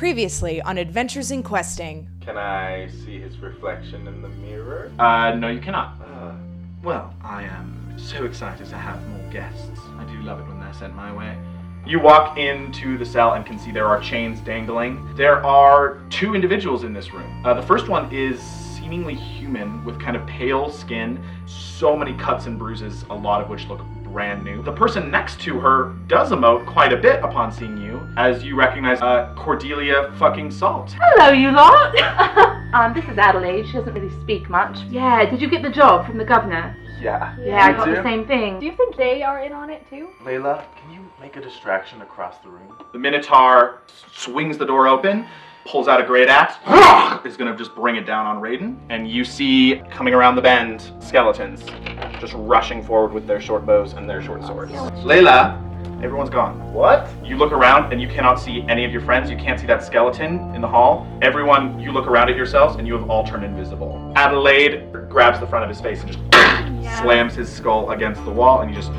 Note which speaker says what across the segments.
Speaker 1: Previously on Adventures in Questing.
Speaker 2: Can I see his reflection in the mirror?
Speaker 3: Uh, no, you cannot.
Speaker 2: Uh,
Speaker 3: Well, I am so excited to have more guests. I do love it when they're sent my way. You walk into the cell and can see there are chains dangling. There are two individuals in this room. Uh, the first one is seemingly human with kind of pale skin, so many cuts and bruises, a lot of which look brand new. The person next to her does emote quite a bit upon seeing you, as you recognize uh, Cordelia fucking Salt.
Speaker 4: Hello, you lot. um, this is Adelaide. She doesn't really speak much. Yeah, did you get the job from the governor?
Speaker 2: yeah.
Speaker 4: Yeah, I got
Speaker 2: do.
Speaker 4: the same thing.
Speaker 5: Do you think they are in on it too?
Speaker 2: Layla, can you make a distraction across the room?
Speaker 3: The Minotaur swings the door open, pulls out a great axe, is gonna just bring it down on Raiden. And you see coming around the bend skeletons just rushing forward with their short bows and their short swords. Layla, everyone's gone.
Speaker 2: What?
Speaker 3: You look around and you cannot see any of your friends. You can't see that skeleton in the hall. Everyone, you look around at yourselves and you have all turned invisible. Adelaide grabs the front of his face and just slams his skull against the wall, and you just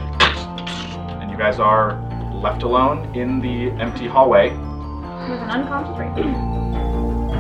Speaker 3: and you guys are left alone in the empty hallway.
Speaker 5: With an unconscious rate.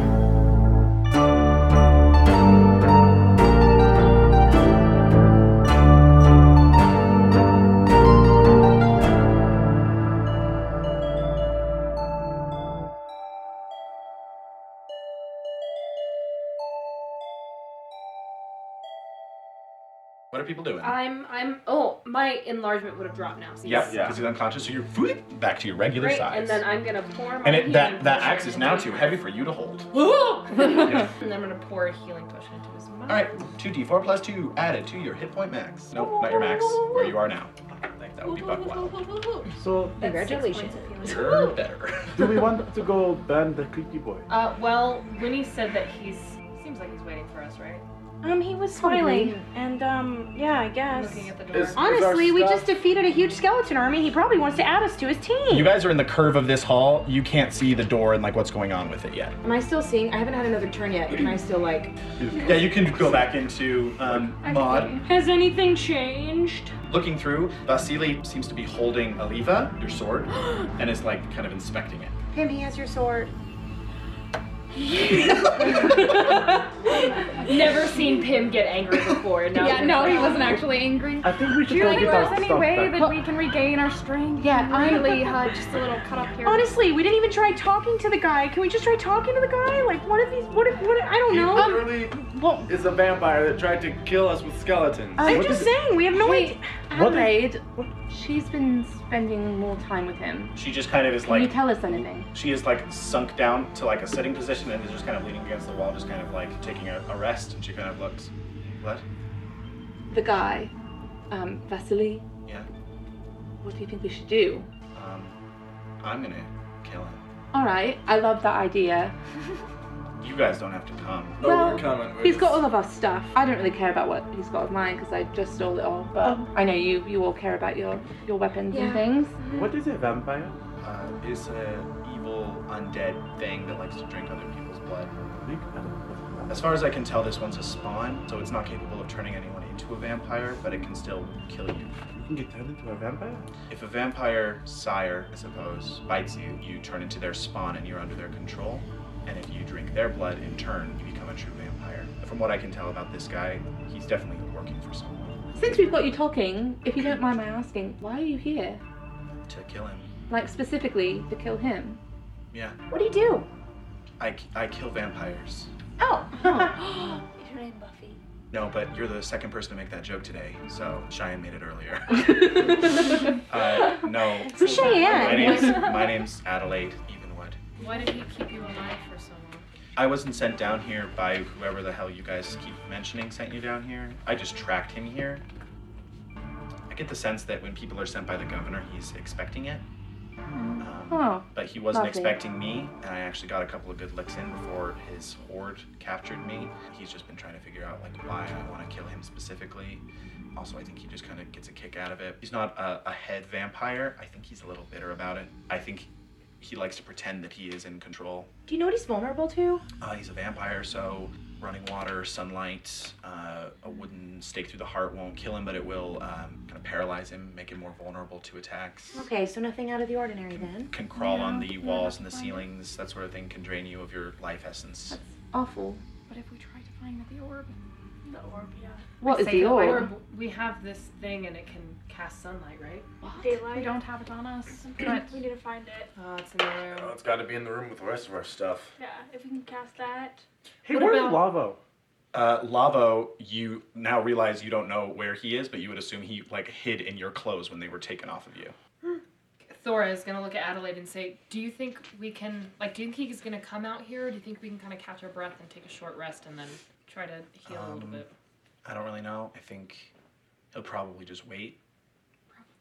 Speaker 3: What are people doing?
Speaker 6: I'm I'm oh my enlargement would have dropped now. So
Speaker 3: Yep,
Speaker 2: Yeah.
Speaker 3: because he's unconscious, so you're whoop, back to your regular
Speaker 6: Great,
Speaker 3: size.
Speaker 6: and then I'm gonna pour my
Speaker 3: And it, that
Speaker 6: healing
Speaker 3: that
Speaker 6: potion
Speaker 3: axe is now
Speaker 6: into-
Speaker 3: too heavy for you to hold.
Speaker 6: and then I'm gonna pour a healing potion into his mouth.
Speaker 3: All right, two d4 plus two added to your hit point max. Nope, not your max. Where you are now. I think that would be buck wild.
Speaker 7: So,
Speaker 1: Congratulations.
Speaker 3: You're better.
Speaker 7: do we want to go ban the creepy boy?
Speaker 6: Uh, well, Winnie said that he's seems like he's waiting for us, right?
Speaker 5: Um, he was
Speaker 4: smiling,
Speaker 5: and um, yeah, I guess.
Speaker 6: Looking at the door.
Speaker 7: Is-
Speaker 5: Honestly, we
Speaker 7: stuff-
Speaker 5: just defeated a huge skeleton army. He probably wants to add us to his team.
Speaker 3: You guys are in the curve of this hall. You can't see the door and like what's going on with it yet.
Speaker 1: Am I still seeing? I haven't had another turn yet. Can I still, like.
Speaker 3: Yeah, you can go back into um, mod.
Speaker 5: Has anything changed?
Speaker 3: Looking through, Vasily seems to be holding Aliva, your sword, and is like kind of inspecting it.
Speaker 1: Pim, he has your sword.
Speaker 6: Never seen Pim get angry before. and Now
Speaker 8: Yeah, no, he wasn't actually angry.
Speaker 7: I think we should
Speaker 8: Do you
Speaker 7: go
Speaker 8: think
Speaker 7: get
Speaker 8: there's
Speaker 7: our
Speaker 8: any
Speaker 7: stuff
Speaker 8: way
Speaker 7: back.
Speaker 8: that we can regain our strength?
Speaker 1: Yeah,
Speaker 8: I'm really uh, just a little cut up here.
Speaker 5: Honestly, we didn't even try talking to the guy. Can we just try talking to the guy? Like, what if he's? What if? What? If, I don't know.
Speaker 7: literally
Speaker 5: well,
Speaker 7: is a vampire that tried to kill us with skeletons.
Speaker 5: I'm
Speaker 7: What
Speaker 5: just
Speaker 7: is-
Speaker 5: saying, we have no
Speaker 4: Hey,
Speaker 5: idea.
Speaker 7: What-
Speaker 4: Adelaide, she's been spending more time with him.
Speaker 3: She just kind of is
Speaker 4: Can you
Speaker 3: like
Speaker 4: tell us anything?
Speaker 3: She is like sunk down to like a sitting position and is just kind of leaning against the wall, just kind of like taking a, a rest. And she kind of looks, what?
Speaker 4: The guy, um, Vasily.
Speaker 3: Yeah.
Speaker 4: What do you think we should do?
Speaker 3: Um, I'm gonna kill him.
Speaker 4: All right, I love that idea.
Speaker 3: You guys don't have to come.
Speaker 4: well, he's got all of our stuff. I don't really care about what he's got of mine because I just stole it all. But
Speaker 9: Oh.
Speaker 4: I know you, you all care about your your weapons and
Speaker 8: Yeah.
Speaker 4: things.
Speaker 7: What is a vampire?
Speaker 3: Uh, it's a evil undead thing that likes to drink other people's blood. As far as I can tell, this one's a spawn, so it's not capable of turning anyone into a vampire, but it can still kill you.
Speaker 7: You can get turned into a vampire?
Speaker 3: If a vampire sire, I suppose, bites you, you turn into their spawn and you're under their control. And if you drink their blood, in turn, you become a true vampire. From what I can tell about this guy, he's definitely working for someone
Speaker 4: Since we've got you talking, if you don't mind my asking, why are you here?
Speaker 3: to kill him.
Speaker 4: Like specifically to kill him?
Speaker 3: Yeah,
Speaker 1: What do you do?
Speaker 3: I, I kill vampires.
Speaker 1: Oh. Your name Buffy.
Speaker 3: No, but you're the second person to make that joke today, so Cheyenne made it earlier. uh, no.
Speaker 1: Who's
Speaker 3: My
Speaker 1: Cheyenne?
Speaker 3: name's, my name's Adelaide Evenwood.
Speaker 6: Why did he keep you alive for so long?
Speaker 3: I wasn't sent down here by whoever the hell you guys keep mentioning sent you down here. I just tracked him here. I get the sense that when people are sent by the governor, he's expecting it.
Speaker 1: Hmm.
Speaker 3: Um,
Speaker 4: Oh,
Speaker 3: but he wasn't
Speaker 4: lovely.
Speaker 3: expecting me, and I actually got a couple of good licks in before his horde captured me. He's just been trying to figure out like why I want to kill him specifically. Also, I think he just kind of gets a kick out of it. He's not a, a head vampire. I think he's a little bitter about it. I think he likes to pretend that he is in control.
Speaker 1: Do you know what he's vulnerable to?
Speaker 3: Uh, he's a vampire, so running water, sunlight, uh, a wooden stake through the heart won't kill him, but it will um, kind of paralyze him, make him more vulnerable to attacks.
Speaker 5: Okay, so nothing out of the ordinary then.
Speaker 3: Can crawl on the walls and the ceilings, that sort of thing can drain you of your life essence.
Speaker 4: Awful.
Speaker 9: But if we try to find the orb,
Speaker 6: The orb, yeah.
Speaker 4: What is
Speaker 6: Say
Speaker 7: Oh.
Speaker 4: the orb?
Speaker 6: We have this thing and it can cast sunlight, right?
Speaker 9: we
Speaker 10: Daylight.
Speaker 9: don't have it on us. But
Speaker 10: We need to find it.
Speaker 6: Oh, it's in the room.
Speaker 11: it's got to be in the room with the rest of our stuff.
Speaker 10: Yeah, if we can cast that.
Speaker 11: Hey,
Speaker 6: What
Speaker 11: where's
Speaker 6: about-
Speaker 11: Lavo?
Speaker 3: Uh, Lavo, you now realize you don't know where he is, but you would assume he like hid in your clothes when they were taken off of you.
Speaker 6: Thora is gonna look at Adelaide and say, "Do you think we can? Like, do you think he's gonna come out here? Or do you think we can kind of catch our breath and take a short rest and then try to heal a little
Speaker 3: Um,
Speaker 6: bit?"
Speaker 3: I don't really know. I think he'll probably just wait.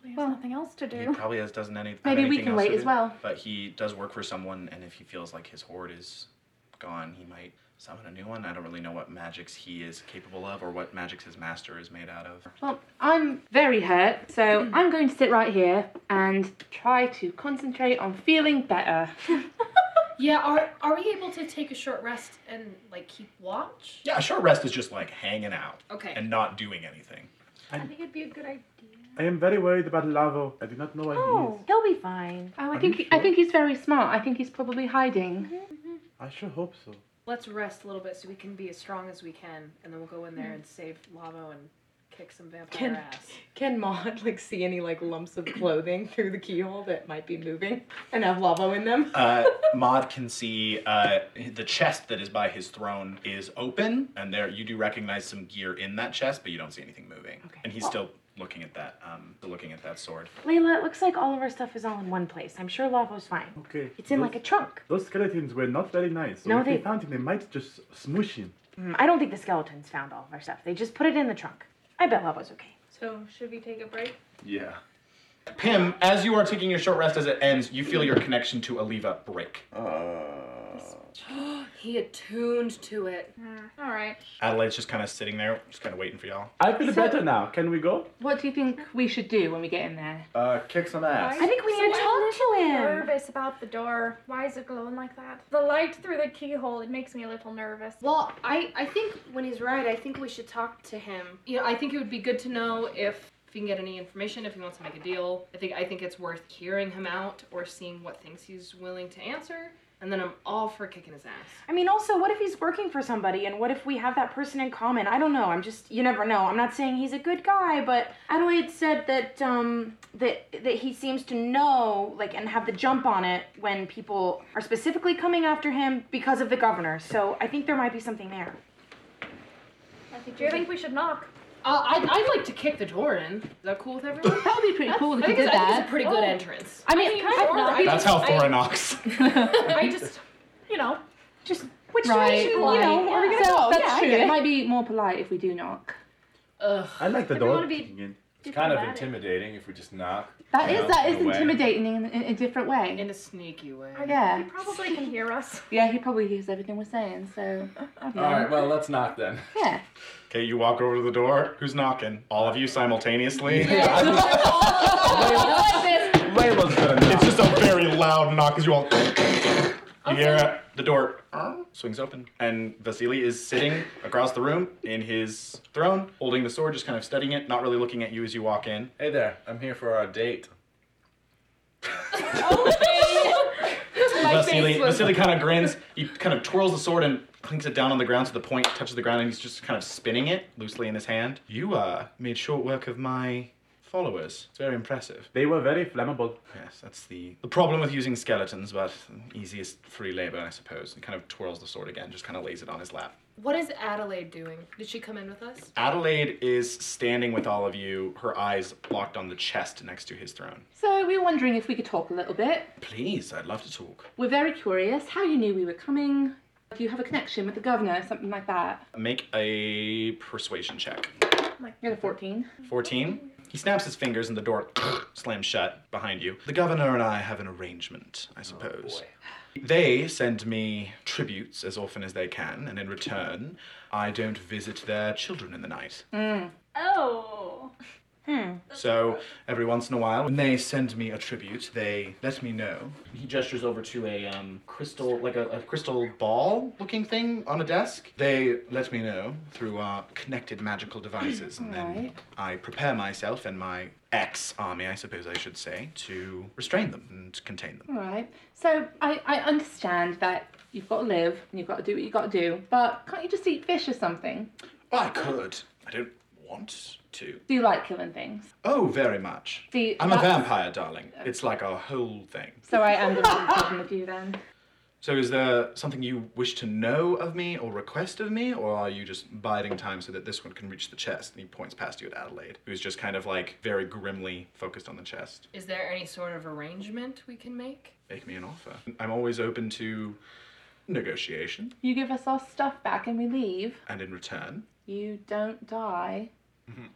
Speaker 9: we have
Speaker 4: Well,
Speaker 9: nothing else to
Speaker 3: He
Speaker 9: do.
Speaker 3: probably has doesn't any. have
Speaker 4: Maybe we
Speaker 3: anything
Speaker 4: can
Speaker 3: else
Speaker 4: wait
Speaker 3: to
Speaker 4: as
Speaker 3: do.
Speaker 4: well.
Speaker 3: But he does work for someone, and if he feels like his hoard is gone, he might summon a new one. I don't really know what magics he is capable of or what magics his master is made out of.
Speaker 4: Well, I'm very hurt, so
Speaker 5: Mm.
Speaker 4: I'm going to sit right here and try to concentrate on feeling better.
Speaker 6: Yeah, are are we able to take a short rest and like keep watch?
Speaker 3: Yeah, a short rest is just like hanging out
Speaker 6: Okay.
Speaker 3: and not doing anything.
Speaker 9: I think it'd be a good idea.
Speaker 11: I am very worried about Lavo. I do not know where
Speaker 5: Oh,
Speaker 11: he is.
Speaker 5: He'll be fine.
Speaker 4: Oh, I
Speaker 11: Are
Speaker 4: think
Speaker 11: you
Speaker 4: he, I
Speaker 11: sure?
Speaker 4: think he's very smart. I think he's probably
Speaker 5: Mm-hmm.
Speaker 4: hiding.
Speaker 11: I sure hope so.
Speaker 6: Let's rest a little bit so we can be as strong as we can, and then we'll go in there and save Lavo and kick some vampire
Speaker 5: Can-
Speaker 6: ass.
Speaker 5: Can Maud like see any like lumps of clothing through the keyhole that might be moving and have lava in them?
Speaker 3: Uh, Maud can see uh, the chest that is by his throne is open, and there you do recognize some gear in that chest, but you don't see anything moving.
Speaker 5: Okay.
Speaker 3: And he's still looking at that, um, still looking at that sword.
Speaker 5: Layla, it looks like all of our stuff is all in one place. I'm sure Lavo's fine.
Speaker 11: Okay.
Speaker 5: It's in
Speaker 11: those,
Speaker 5: like a trunk.
Speaker 11: Those skeletons were not very nice. So
Speaker 5: No,
Speaker 11: if
Speaker 5: they-
Speaker 11: they found him, they might just smoosh him.
Speaker 5: Mm, I don't think the skeletons found all of our stuff. They just put it in the trunk. I bet Lavo's okay.
Speaker 10: So should we take a break?
Speaker 11: Yeah.
Speaker 3: Pim, as you are taking your short rest as it ends, you feel your connection to Aliva break.
Speaker 6: he attuned to it.
Speaker 9: All right.
Speaker 3: Adelaide's just kind of sitting there, just kind of waiting for y'all.
Speaker 11: I feel better now. Can we go?
Speaker 4: What do you think we should do when we get in there?
Speaker 11: Uh, kick some ass.
Speaker 5: I think we need to talk to him.
Speaker 9: Nervous about the door. Why is it glowing like that? The light through the keyhole. It makes me a little nervous.
Speaker 12: Well, I, I think when he's right, I think we should talk to him.
Speaker 6: You know, I think it would be good to know if if he can get any information, if he wants to make a deal. I think I think it's worth hearing him out or seeing what things he's willing to answer. And then I'm all for kicking his ass.
Speaker 5: I mean, also, what if he's working for somebody and what if we have that person in common? I don't know. I'm just, you never know. I'm not saying he's a good guy, but Adelaide said that, um, that, that he seems to know, like, and have the jump on it when people are specifically coming after him because of the governor. So I think there might be something there.
Speaker 9: Do you think we should knock?
Speaker 6: Uh, I'd, I'd like to kick the door in. Is that cool with everyone?
Speaker 4: That would be pretty cool if
Speaker 6: I
Speaker 4: we
Speaker 6: think,
Speaker 4: did
Speaker 6: it's, I think it's
Speaker 4: that.
Speaker 6: a pretty good entrance.
Speaker 4: I mean, kind of not.
Speaker 3: That's how Thora knocks.
Speaker 9: I just, you know,
Speaker 5: Just, which
Speaker 4: Right.
Speaker 5: direction, you know, are we going to
Speaker 4: So
Speaker 5: go?
Speaker 4: that's
Speaker 5: Yeah, I
Speaker 4: true.
Speaker 5: get
Speaker 4: It
Speaker 5: it.
Speaker 4: might be more polite if we do knock.
Speaker 6: Ugh.
Speaker 11: I like the
Speaker 9: Everyone
Speaker 11: door.
Speaker 9: be-
Speaker 11: kicking in.
Speaker 9: It's
Speaker 2: kind of intimidating if we just knock.
Speaker 4: That
Speaker 2: you
Speaker 4: is
Speaker 2: know,
Speaker 4: that
Speaker 2: in
Speaker 4: is
Speaker 2: a way.
Speaker 4: intimidating in, in a different way.
Speaker 6: In a sneaky way.
Speaker 4: Yeah.
Speaker 9: He probably can hear us.
Speaker 4: Yeah, he probably hears everything we're saying, so I don't know.
Speaker 2: All right, well, let's knock then.
Speaker 4: Yeah.
Speaker 3: Okay, you walk over to the door. Who's knocking? All of you simultaneously.
Speaker 11: Layla's gonna knock.
Speaker 3: It's just a very loud knock as you all. You hear it. the door swings open, and Vasily is sitting across the room in his throne, holding the sword, just kind of studying it, not really looking at you as you walk in.
Speaker 2: Hey there, I'm here for our date.
Speaker 3: Vasily, Vasily kind of grins. He kind of twirls the sword and clinks it down on the ground so the point touches the ground, and he's just kind of spinning it loosely in his hand. You uh, made short work of my followers. It's very impressive.
Speaker 11: They were very flammable.
Speaker 3: Yes, that's the the problem with using skeletons, but easiest free labor, I suppose. He kind of twirls the sword again, just kind of lays it on his lap.
Speaker 6: What is Adelaide doing? Did she come in with us?
Speaker 3: Adelaide is standing with all of you, her eyes locked on the chest next to his throne.
Speaker 4: So we were wondering if we could talk a little bit.
Speaker 3: Please, I'd love to talk.
Speaker 4: We're very curious how you knew we were coming. Do you have a connection with the governor, something like that?
Speaker 3: Make a persuasion check.
Speaker 4: You're the 14.
Speaker 3: 14. He snaps his fingers and the door slams shut behind you. The governor and I have an arrangement, I suppose. They send me tributes as often as they can, and in return, I don't visit their children in the night.
Speaker 10: Oh.
Speaker 5: Hmm.
Speaker 3: So every once in a while, when they send me a tribute, they let me know. He gestures over to a um, crystal, like a, a crystal ball-looking thing on a desk. They let me know through our connected magical devices, and then
Speaker 4: Alright.
Speaker 3: I prepare myself and my ex-army, I suppose I should say, to restrain them and contain them.
Speaker 4: All right. So I, I understand that you've got to live and you've got to do what you got to do, but can't you just eat fish or something?
Speaker 3: Well, I could. I don't want to.
Speaker 4: Do you like killing things?
Speaker 3: Oh, very much.
Speaker 4: See,
Speaker 3: I'm a
Speaker 4: that's-
Speaker 3: vampire, darling. It's like a whole thing.
Speaker 4: So I am going to be talking with you then.
Speaker 3: So, is there something you wish to know of me or request of me, or are you just biding time so that this one can reach the chest? And he points past you at Adelaide, who's just kind of like very grimly focused on the chest.
Speaker 6: Is there any sort of arrangement we can make?
Speaker 3: Make me an offer. I'm always open to negotiation,
Speaker 4: You give us our stuff back and we leave.
Speaker 3: and in return,
Speaker 4: You don't die.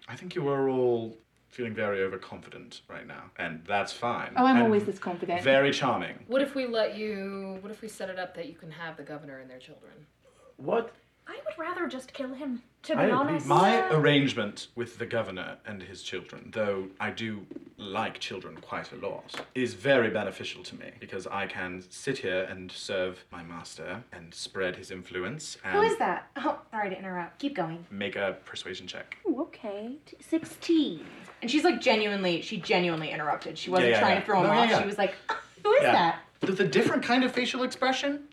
Speaker 3: I think you are all feeling very overconfident right now, and that's fine.
Speaker 4: Oh, I'm
Speaker 3: And
Speaker 4: always this confident.
Speaker 3: Very charming.
Speaker 6: What if we let you? What if we set it up that you can have the governor and their children?
Speaker 11: What?
Speaker 9: I would rather just kill him, to be
Speaker 11: I agree.
Speaker 9: honest.
Speaker 3: My arrangement with the governor and his children, though I do like children quite a lot, is very beneficial to me because I can sit here and serve my master and spread his influence and
Speaker 5: Who is that? Oh, sorry to interrupt. Keep going.
Speaker 3: make a persuasion check.
Speaker 5: Oh, okay. 16. And she's like genuinely, she genuinely interrupted. She wasn't
Speaker 3: Yeah, yeah,
Speaker 5: trying
Speaker 3: yeah.
Speaker 5: to throw him
Speaker 3: No, yeah,
Speaker 5: off.
Speaker 3: yeah.
Speaker 5: She was like, who is
Speaker 3: Yeah.
Speaker 5: that?
Speaker 3: With a different kind of facial expression,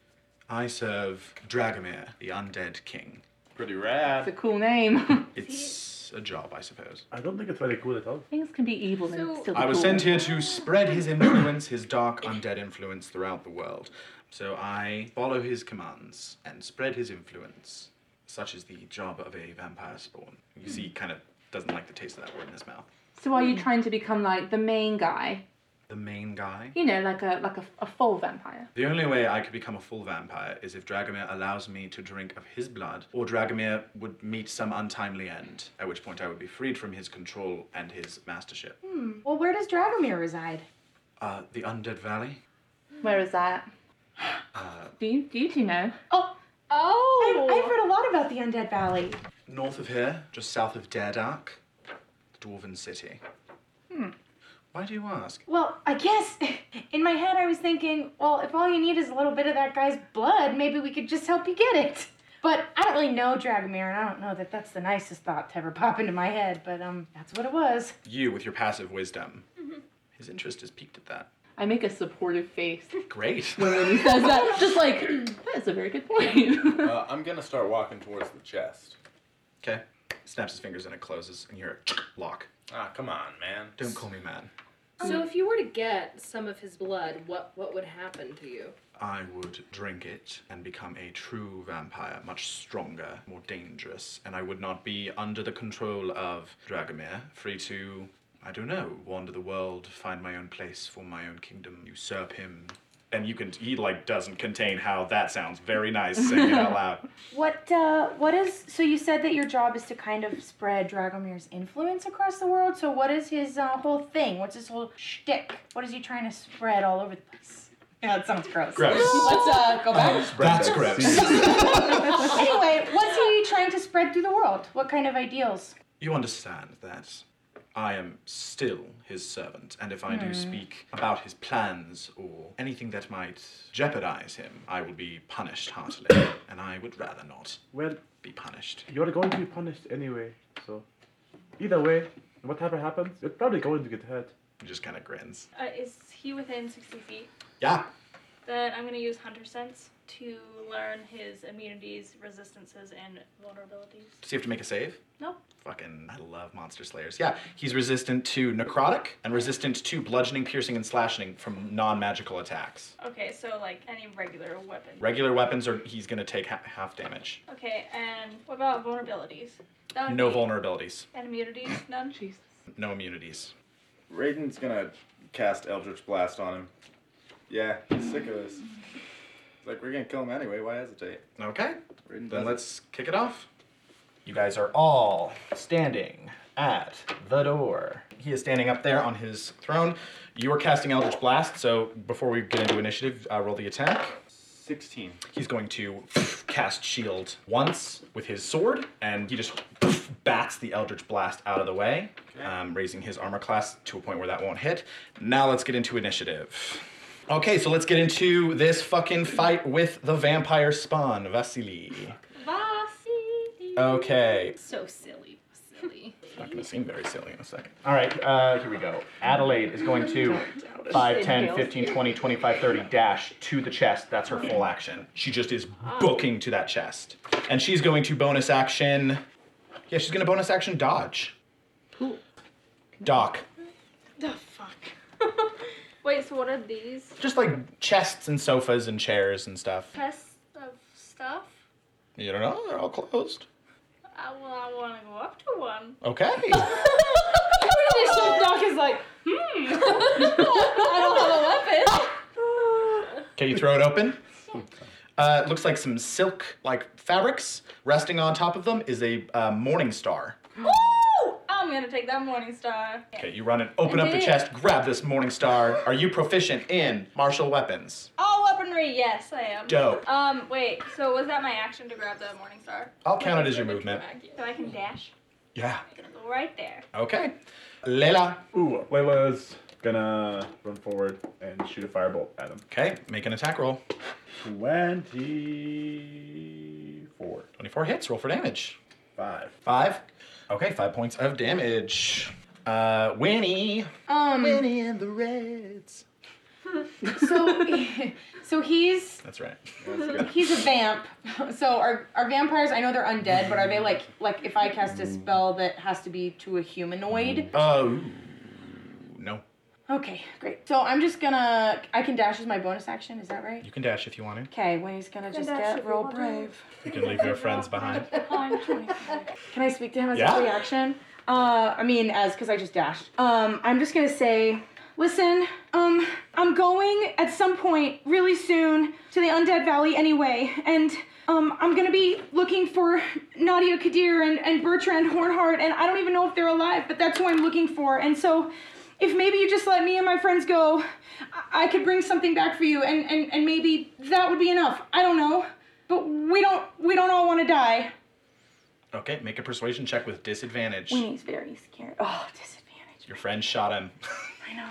Speaker 3: I serve Dragomir, the undead king.
Speaker 2: Pretty
Speaker 4: It's a
Speaker 2: rad.
Speaker 4: cool name.
Speaker 3: It's a job, I suppose.
Speaker 11: I don't think it's very cool at all.
Speaker 4: Things can be evil and
Speaker 6: So-
Speaker 4: still be
Speaker 3: I was
Speaker 4: cool.
Speaker 3: sent here to spread his influence, his dark undead influence throughout the world. So I follow his commands and spread his influence. Such is the job of a vampire spawn. You see, he kind of doesn't like the taste of that word in his mouth.
Speaker 4: So are you trying to become like the main guy?
Speaker 3: The main guy.
Speaker 4: You know, like a like a, a full vampire.
Speaker 3: The only way I could become a full vampire is if Dragomir allows me to drink of his blood, or Dragomir would meet some untimely end, at which point I would be freed from his control and his mastership.
Speaker 5: Well, where does Dragomir reside?
Speaker 3: Uh, the Undead Valley?
Speaker 4: Where is that?
Speaker 3: Uh,
Speaker 4: Do you do you two know?
Speaker 5: Oh,
Speaker 9: oh,
Speaker 5: I've, I've read a lot about the Undead Valley.
Speaker 3: north of here, just south of Daredark, the Dwarven City. Why do you ask?
Speaker 5: Well, I guess in my head I was thinking, well, if all you need is a little bit of that guy's blood, maybe we could just help you get it. But I don't really know Dragomir, and I don't know that that's the nicest thought to ever pop into my head. But um, that's what it was.
Speaker 3: You, with your passive wisdom. His interest is piqued at that.
Speaker 4: I make a supportive face
Speaker 3: Great.
Speaker 4: when he says that. Just like that is a very good point.
Speaker 2: Uh, I'm gonna start walking towards the chest.
Speaker 3: okay. Snaps his fingers and it closes, and you hear a lock.
Speaker 2: Ah, come on, man.
Speaker 3: Don't call me man.
Speaker 6: So if you were to get some of his blood, what what would happen to you?
Speaker 3: I would drink it and become a true vampire, much stronger, more dangerous, and I would not be under the control of Dragomir, free to, I don't know, wander the world, find my own place, form my own kingdom, usurp him. And you can, he like doesn't contain how that sounds very nice saying it out loud.
Speaker 5: What uh, what is? So you said that your job is to kind of spread Dragomir's influence across the world. So what is his uh, whole thing? What's his whole shtick? What is he trying to spread all over the place? Yeah, that sounds gross.
Speaker 3: Gross.
Speaker 5: Let's uh, go back.
Speaker 3: That's gross.
Speaker 5: anyway, what's he trying to spread through the world? What kind of ideals?
Speaker 3: You understand that I am still his servant, and if I do speak about his plans or anything that might jeopardize him, I will be punished heartily, and I would rather not
Speaker 11: Well,
Speaker 3: be punished.
Speaker 11: you're going to be punished anyway, so. Either way, whatever happens, you're probably going to get hurt.
Speaker 3: He just kind of grins.
Speaker 9: Uh, is he within 60 feet?
Speaker 3: Yeah.
Speaker 9: Then I'm going to use Hunter Sense to learn his immunities, resistances, and vulnerabilities.
Speaker 3: Does he have to make a save?
Speaker 9: Nope.
Speaker 3: Fucking, I love monster slayers. Yeah, he's resistant to necrotic and resistant to bludgeoning, piercing, and slashing from non-magical attacks.
Speaker 9: Okay, so like any regular weapon.
Speaker 3: Regular weapons are he's gonna take ha- half damage.
Speaker 9: Okay, and what about vulnerabilities? That would
Speaker 3: No
Speaker 9: be-
Speaker 3: vulnerabilities,
Speaker 9: And immunities? None?
Speaker 4: Jesus.
Speaker 3: no immunities.
Speaker 2: Raiden's gonna cast Eldritch Blast on him. Yeah, he's sick of this. It's like we're gonna kill him anyway. Why hesitate?
Speaker 3: Okay.
Speaker 2: Raiden does
Speaker 3: Then
Speaker 2: it.
Speaker 3: let's kick it off. You guys are all standing at the door. He is standing up there on his throne. You are casting Eldritch Blast, so before we get into initiative, uh, roll the attack.
Speaker 2: 16.
Speaker 3: He's going to cast shield once with his sword, and he just bats the Eldritch Blast out of the way, um, raising his armor class to a point where that won't hit. Now let's get into initiative. Okay, so let's get into this fucking fight with the vampire spawn, Vasily.
Speaker 8: Vasi.
Speaker 3: Okay.
Speaker 8: So silly. Silly.
Speaker 3: It's not gonna seem very silly in a second. All right, uh, here we go. Adelaide is going to
Speaker 8: it.
Speaker 3: 5, 10, 15, 20, 25, 30 dash to the chest. That's her full action. She just is
Speaker 8: Ah.
Speaker 3: booking to that chest. And she's going to bonus action. Yeah, she's gonna bonus action dodge.
Speaker 8: Cool.
Speaker 3: Doc.
Speaker 8: The fuck. Wait, so what are these?
Speaker 3: Just like chests and sofas and chairs and stuff.
Speaker 8: Chests of stuff?
Speaker 3: You don't know, they're all closed.
Speaker 8: I, well, I want to go up to one.
Speaker 3: Okay.
Speaker 8: Initial Doc is like, hmm. I don't have a weapon.
Speaker 3: Can you throw it open? Uh, it looks like some silk like fabrics. Resting on top of them is a uh, morning star.
Speaker 8: Ooh! Oh, I'm gonna take that morning star.
Speaker 3: Okay, you run and open up the
Speaker 8: Yeah.
Speaker 3: chest, grab this morning star. Are you proficient in martial weapons?
Speaker 8: All weaponry, yes, I am.
Speaker 3: Dope.
Speaker 8: Um, wait. So was that my action to grab the morning star?
Speaker 3: I'll count it as your movement.
Speaker 8: So I can dash.
Speaker 3: Yeah.
Speaker 8: I can go right there.
Speaker 3: Okay. Leila.
Speaker 11: Ooh, Leila's gonna run forward and shoot a firebolt at him.
Speaker 3: Okay, make an attack roll.
Speaker 11: 24.
Speaker 3: 24 hits, roll for damage.
Speaker 11: Five.
Speaker 3: Five? Okay, five points of damage. Uh, Winnie.
Speaker 5: Um,
Speaker 3: Winnie and the Reds.
Speaker 5: so, so he's
Speaker 3: That's right.
Speaker 5: he's a vamp. So are are vampires? I know they're undead, but are they like like if I cast a spell that has to be to a humanoid?
Speaker 3: Oh. no.
Speaker 5: Okay, great. So I'm just gonna I can dash as my bonus action. Is that right?
Speaker 3: You can dash if you want to.
Speaker 5: Okay, Winnie's gonna just get real brave.
Speaker 3: You can leave your friends behind.
Speaker 5: Can I speak to him as
Speaker 3: Yeah.
Speaker 5: a reaction? Uh, I mean, as because I just dashed. Um, I'm just gonna say, listen, um, I'm going at some point really soon to the Undead Valley anyway, and um, I'm gonna be looking for Nadia Kadir and, and Bertrand Hornhart, and I don't even know if they're alive, but that's who I'm looking for. And so, if maybe you just let me and my friends go, I, I could bring something back for you, and, and and maybe that would be enough. I don't know, but we don't we don't all want to die.
Speaker 3: Okay, make a persuasion check with disadvantage.
Speaker 5: Winnie's very scared. Oh, disadvantage.
Speaker 3: Your friend shot him.
Speaker 5: I know.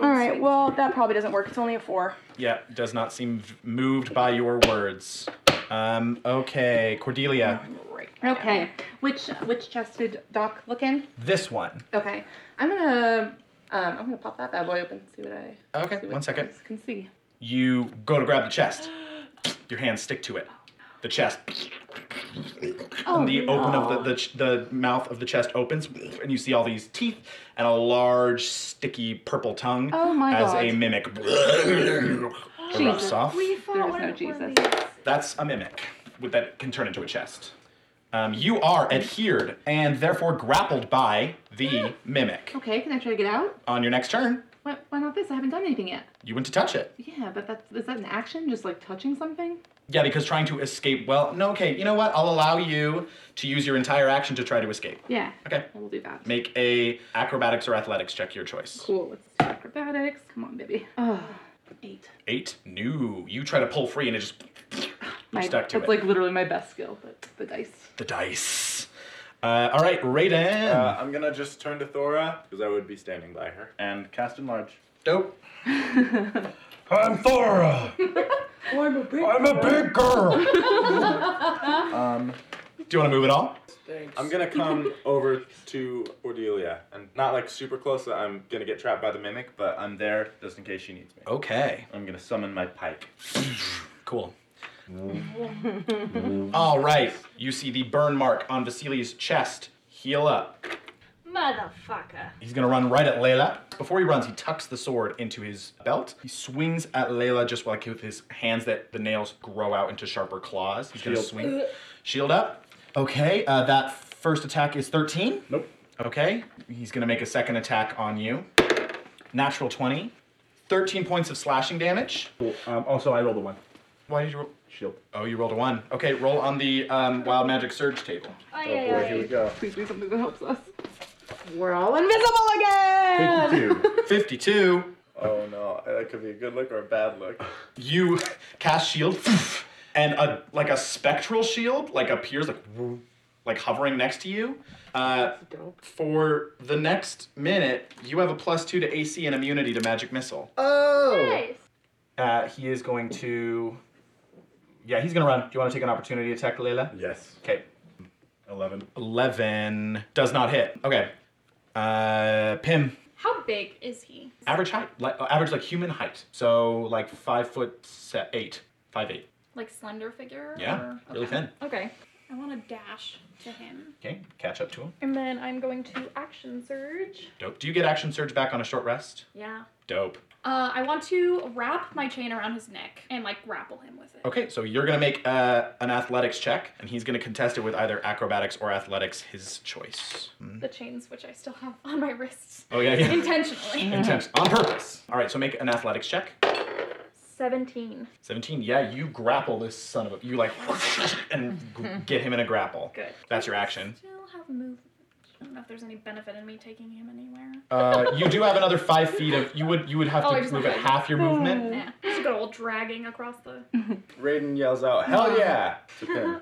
Speaker 5: All right. Well, that probably doesn't work. It's only a four.
Speaker 3: yeah, does not seem v- moved by your words. Um, okay, Cordelia.
Speaker 4: Okay. Which which chest did Doc look in?
Speaker 3: This one.
Speaker 4: Okay. I'm gonna um, I'm gonna pop that bad boy open and see what I
Speaker 3: Okay, one second.
Speaker 4: can see.
Speaker 3: You go to grab the chest. Your hands stick to it. The chest.
Speaker 4: Oh,
Speaker 3: and the open
Speaker 4: no.
Speaker 3: of the, the ch- the mouth of the chest opens, and you see all these teeth and a large sticky purple tongue
Speaker 4: Oh my
Speaker 3: as
Speaker 4: God.
Speaker 3: a mimic erupts off.
Speaker 4: There is no Jesus.
Speaker 3: That's a mimic with, that can turn into a chest. Um, you are adhered and therefore grappled by the mimic.
Speaker 4: Okay, can I try to get out?
Speaker 3: On your next turn,
Speaker 4: Why, why not this? I haven't done anything yet.
Speaker 3: you went to touch it.
Speaker 4: Yeah, but that's is that an action? Just like touching something?
Speaker 3: Yeah, because trying to escape. Well, no, okay, you know what? I'll allow you to use your entire action to try to escape.
Speaker 4: Yeah.
Speaker 3: Okay.
Speaker 4: I will do that.
Speaker 3: Make a acrobatics or athletics check, your choice.
Speaker 4: Cool. Let's do acrobatics. Come on, baby. Oh, eight.
Speaker 3: Eight. No. You try to pull free and it just
Speaker 4: My,
Speaker 3: stuck to
Speaker 4: that's
Speaker 3: it.
Speaker 4: like literally my best skill, but the dice.
Speaker 3: the dice. Uh, all right, Raiden.
Speaker 2: Uh, I'm gonna just turn to Thora, because I would be standing by her, and cast Enlarge.
Speaker 3: Dope.
Speaker 2: I'm Thora!
Speaker 4: I'm a big
Speaker 2: I'm a big girl!
Speaker 3: um, Do you want to move at all?
Speaker 2: I'm gonna come over to Ordelia, and not like super close that I'm gonna get trapped by the mimic, but I'm there just in case she needs me.
Speaker 3: Okay.
Speaker 2: I'm gonna summon my pike.
Speaker 3: Cool. All right. You see the burn mark on Vasily's chest. Heal up.
Speaker 8: Motherfucker.
Speaker 3: He's gonna run right at Layla. Before he runs, he tucks the sword into his belt. He swings at Layla just like with his hands that the nails grow out into sharper claws. He's gonna
Speaker 11: Shield.
Speaker 3: swing. Shield up. Okay, uh, that first attack is 13.
Speaker 11: Nope.
Speaker 3: Okay, he's gonna make a second attack on you. Natural 20. 13 points of slashing damage.
Speaker 11: Cool. Um, also, I rolled a one.
Speaker 3: Why did you roll?
Speaker 11: Shield.
Speaker 3: Oh, you rolled a one. Okay, roll on the um, wild magic surge table.
Speaker 8: Ay,
Speaker 11: Oh boy, here we go.
Speaker 4: Please do something that helps us.
Speaker 5: We're all invisible again.
Speaker 11: 52.
Speaker 3: 52.
Speaker 2: Oh no, that could be a good look or a bad look.
Speaker 3: You cast shield, and a like a spectral shield like appears like like hovering next to you. Uh, for the next minute, you have a plus two to AC and immunity to magic missile.
Speaker 13: Oh.
Speaker 3: Uh, he is going to. Yeah, he's gonna run. Do you want to take an opportunity attack, Leila? Yes. Okay. Eleven. Eleven does not hit. Okay. Uh, Pim.
Speaker 9: How big is he?
Speaker 3: Average height, like uh, average like human height. So like five foot se- eight, five eight.
Speaker 9: Like slender figure?
Speaker 3: Yeah,
Speaker 9: or-
Speaker 3: really
Speaker 9: Uh, okay.
Speaker 3: thin.
Speaker 9: Okay. I want to dash to him.
Speaker 3: Okay, catch up to him.
Speaker 9: And then I'm going to action surge.
Speaker 3: Dope. Do you get action surge back on a short rest?
Speaker 9: Yeah.
Speaker 3: Dope.
Speaker 9: Uh, I want to wrap my chain around his neck and like grapple him with it.
Speaker 3: Okay, so you're gonna make uh, an athletics check, and he's gonna contest it with either acrobatics or athletics, his choice. Mm.
Speaker 9: The chains which I still have on my wrists.
Speaker 3: Oh yeah, yeah.
Speaker 9: Intentionally.
Speaker 3: Intention on purpose. All right, so make an athletics check.
Speaker 9: 17.
Speaker 3: Seventeen. Yeah, you grapple this son of a. You like and g- get him in a grapple.
Speaker 9: Good.
Speaker 3: That's your action.
Speaker 9: Still have movement. I don't know if there's any benefit in me taking him anywhere.
Speaker 3: Uh, you do have another five feet of. You would you would have
Speaker 9: Oh, I
Speaker 3: to
Speaker 9: just
Speaker 3: move at
Speaker 9: moved it.
Speaker 3: half your movement.
Speaker 9: Nah, just a good old dragging across the.
Speaker 2: Raiden yells out, "Hell yeah!" to Pim.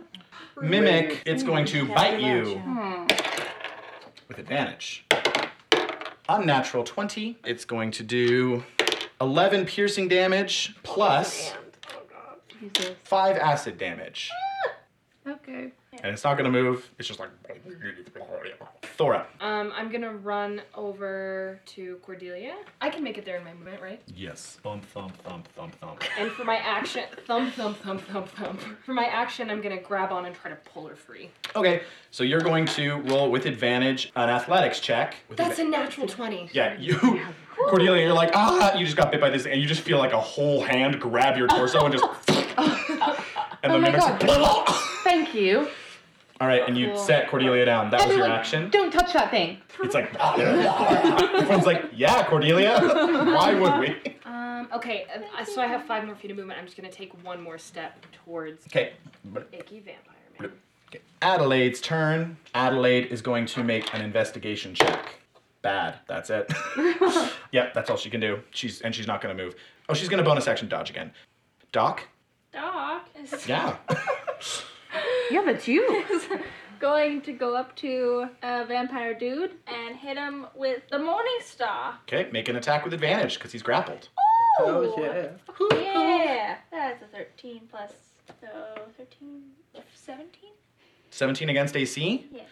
Speaker 3: Mimic, it's going to bite you
Speaker 9: Hmm.
Speaker 3: with advantage. Unnatural 20. It's going to do 11 piercing damage plus 5 acid damage.
Speaker 9: Okay.
Speaker 3: And it's not going to move. It's just like. Thora.
Speaker 6: Um, I'm gonna run over to Cordelia. I can make it there in my movement, right?
Speaker 3: Yes. Thump, thump, thump, thump, thump.
Speaker 6: And for my action, thump, thump, thump, thump, thump. For my action, I'm gonna grab on and try to pull her free.
Speaker 3: Okay, so you're going to roll with advantage an athletics check. With
Speaker 6: That's a
Speaker 3: adva-
Speaker 6: natural 20.
Speaker 3: Yeah, you, Cordelia, you're like, ah, you just got bit by this, and you just feel like a whole hand grab your torso and just. and
Speaker 4: Oh
Speaker 3: the
Speaker 4: my
Speaker 3: mimic's
Speaker 4: god. Thank you.
Speaker 3: All right, and you set Cordelia down. That was your action.
Speaker 4: Don't touch that thing.
Speaker 3: It's like everyone's like, yeah, Cordelia. Why would we?
Speaker 6: Um, okay, uh, I- so I have five more feet of movement. I'm just gonna take one more step towards
Speaker 3: Okay,
Speaker 6: Icky Vampire.
Speaker 3: Adelaide's turn. Adelaide is going to make an investigation check. Bad. That's it. yep, that's all she can do. She's and she's not going to move. Oh, she's going to bonus action dodge again. Doc.
Speaker 9: Doc
Speaker 3: Yeah.
Speaker 5: Yeah, that's you.
Speaker 9: is going to go up to a vampire dude and hit him with the morning star.
Speaker 3: Okay, make an attack with advantage because he's grappled.
Speaker 9: Oh,
Speaker 3: yeah.
Speaker 9: Yeah, that's a 13 plus, so 13, 17?
Speaker 3: 17 against AC.
Speaker 9: Yeah.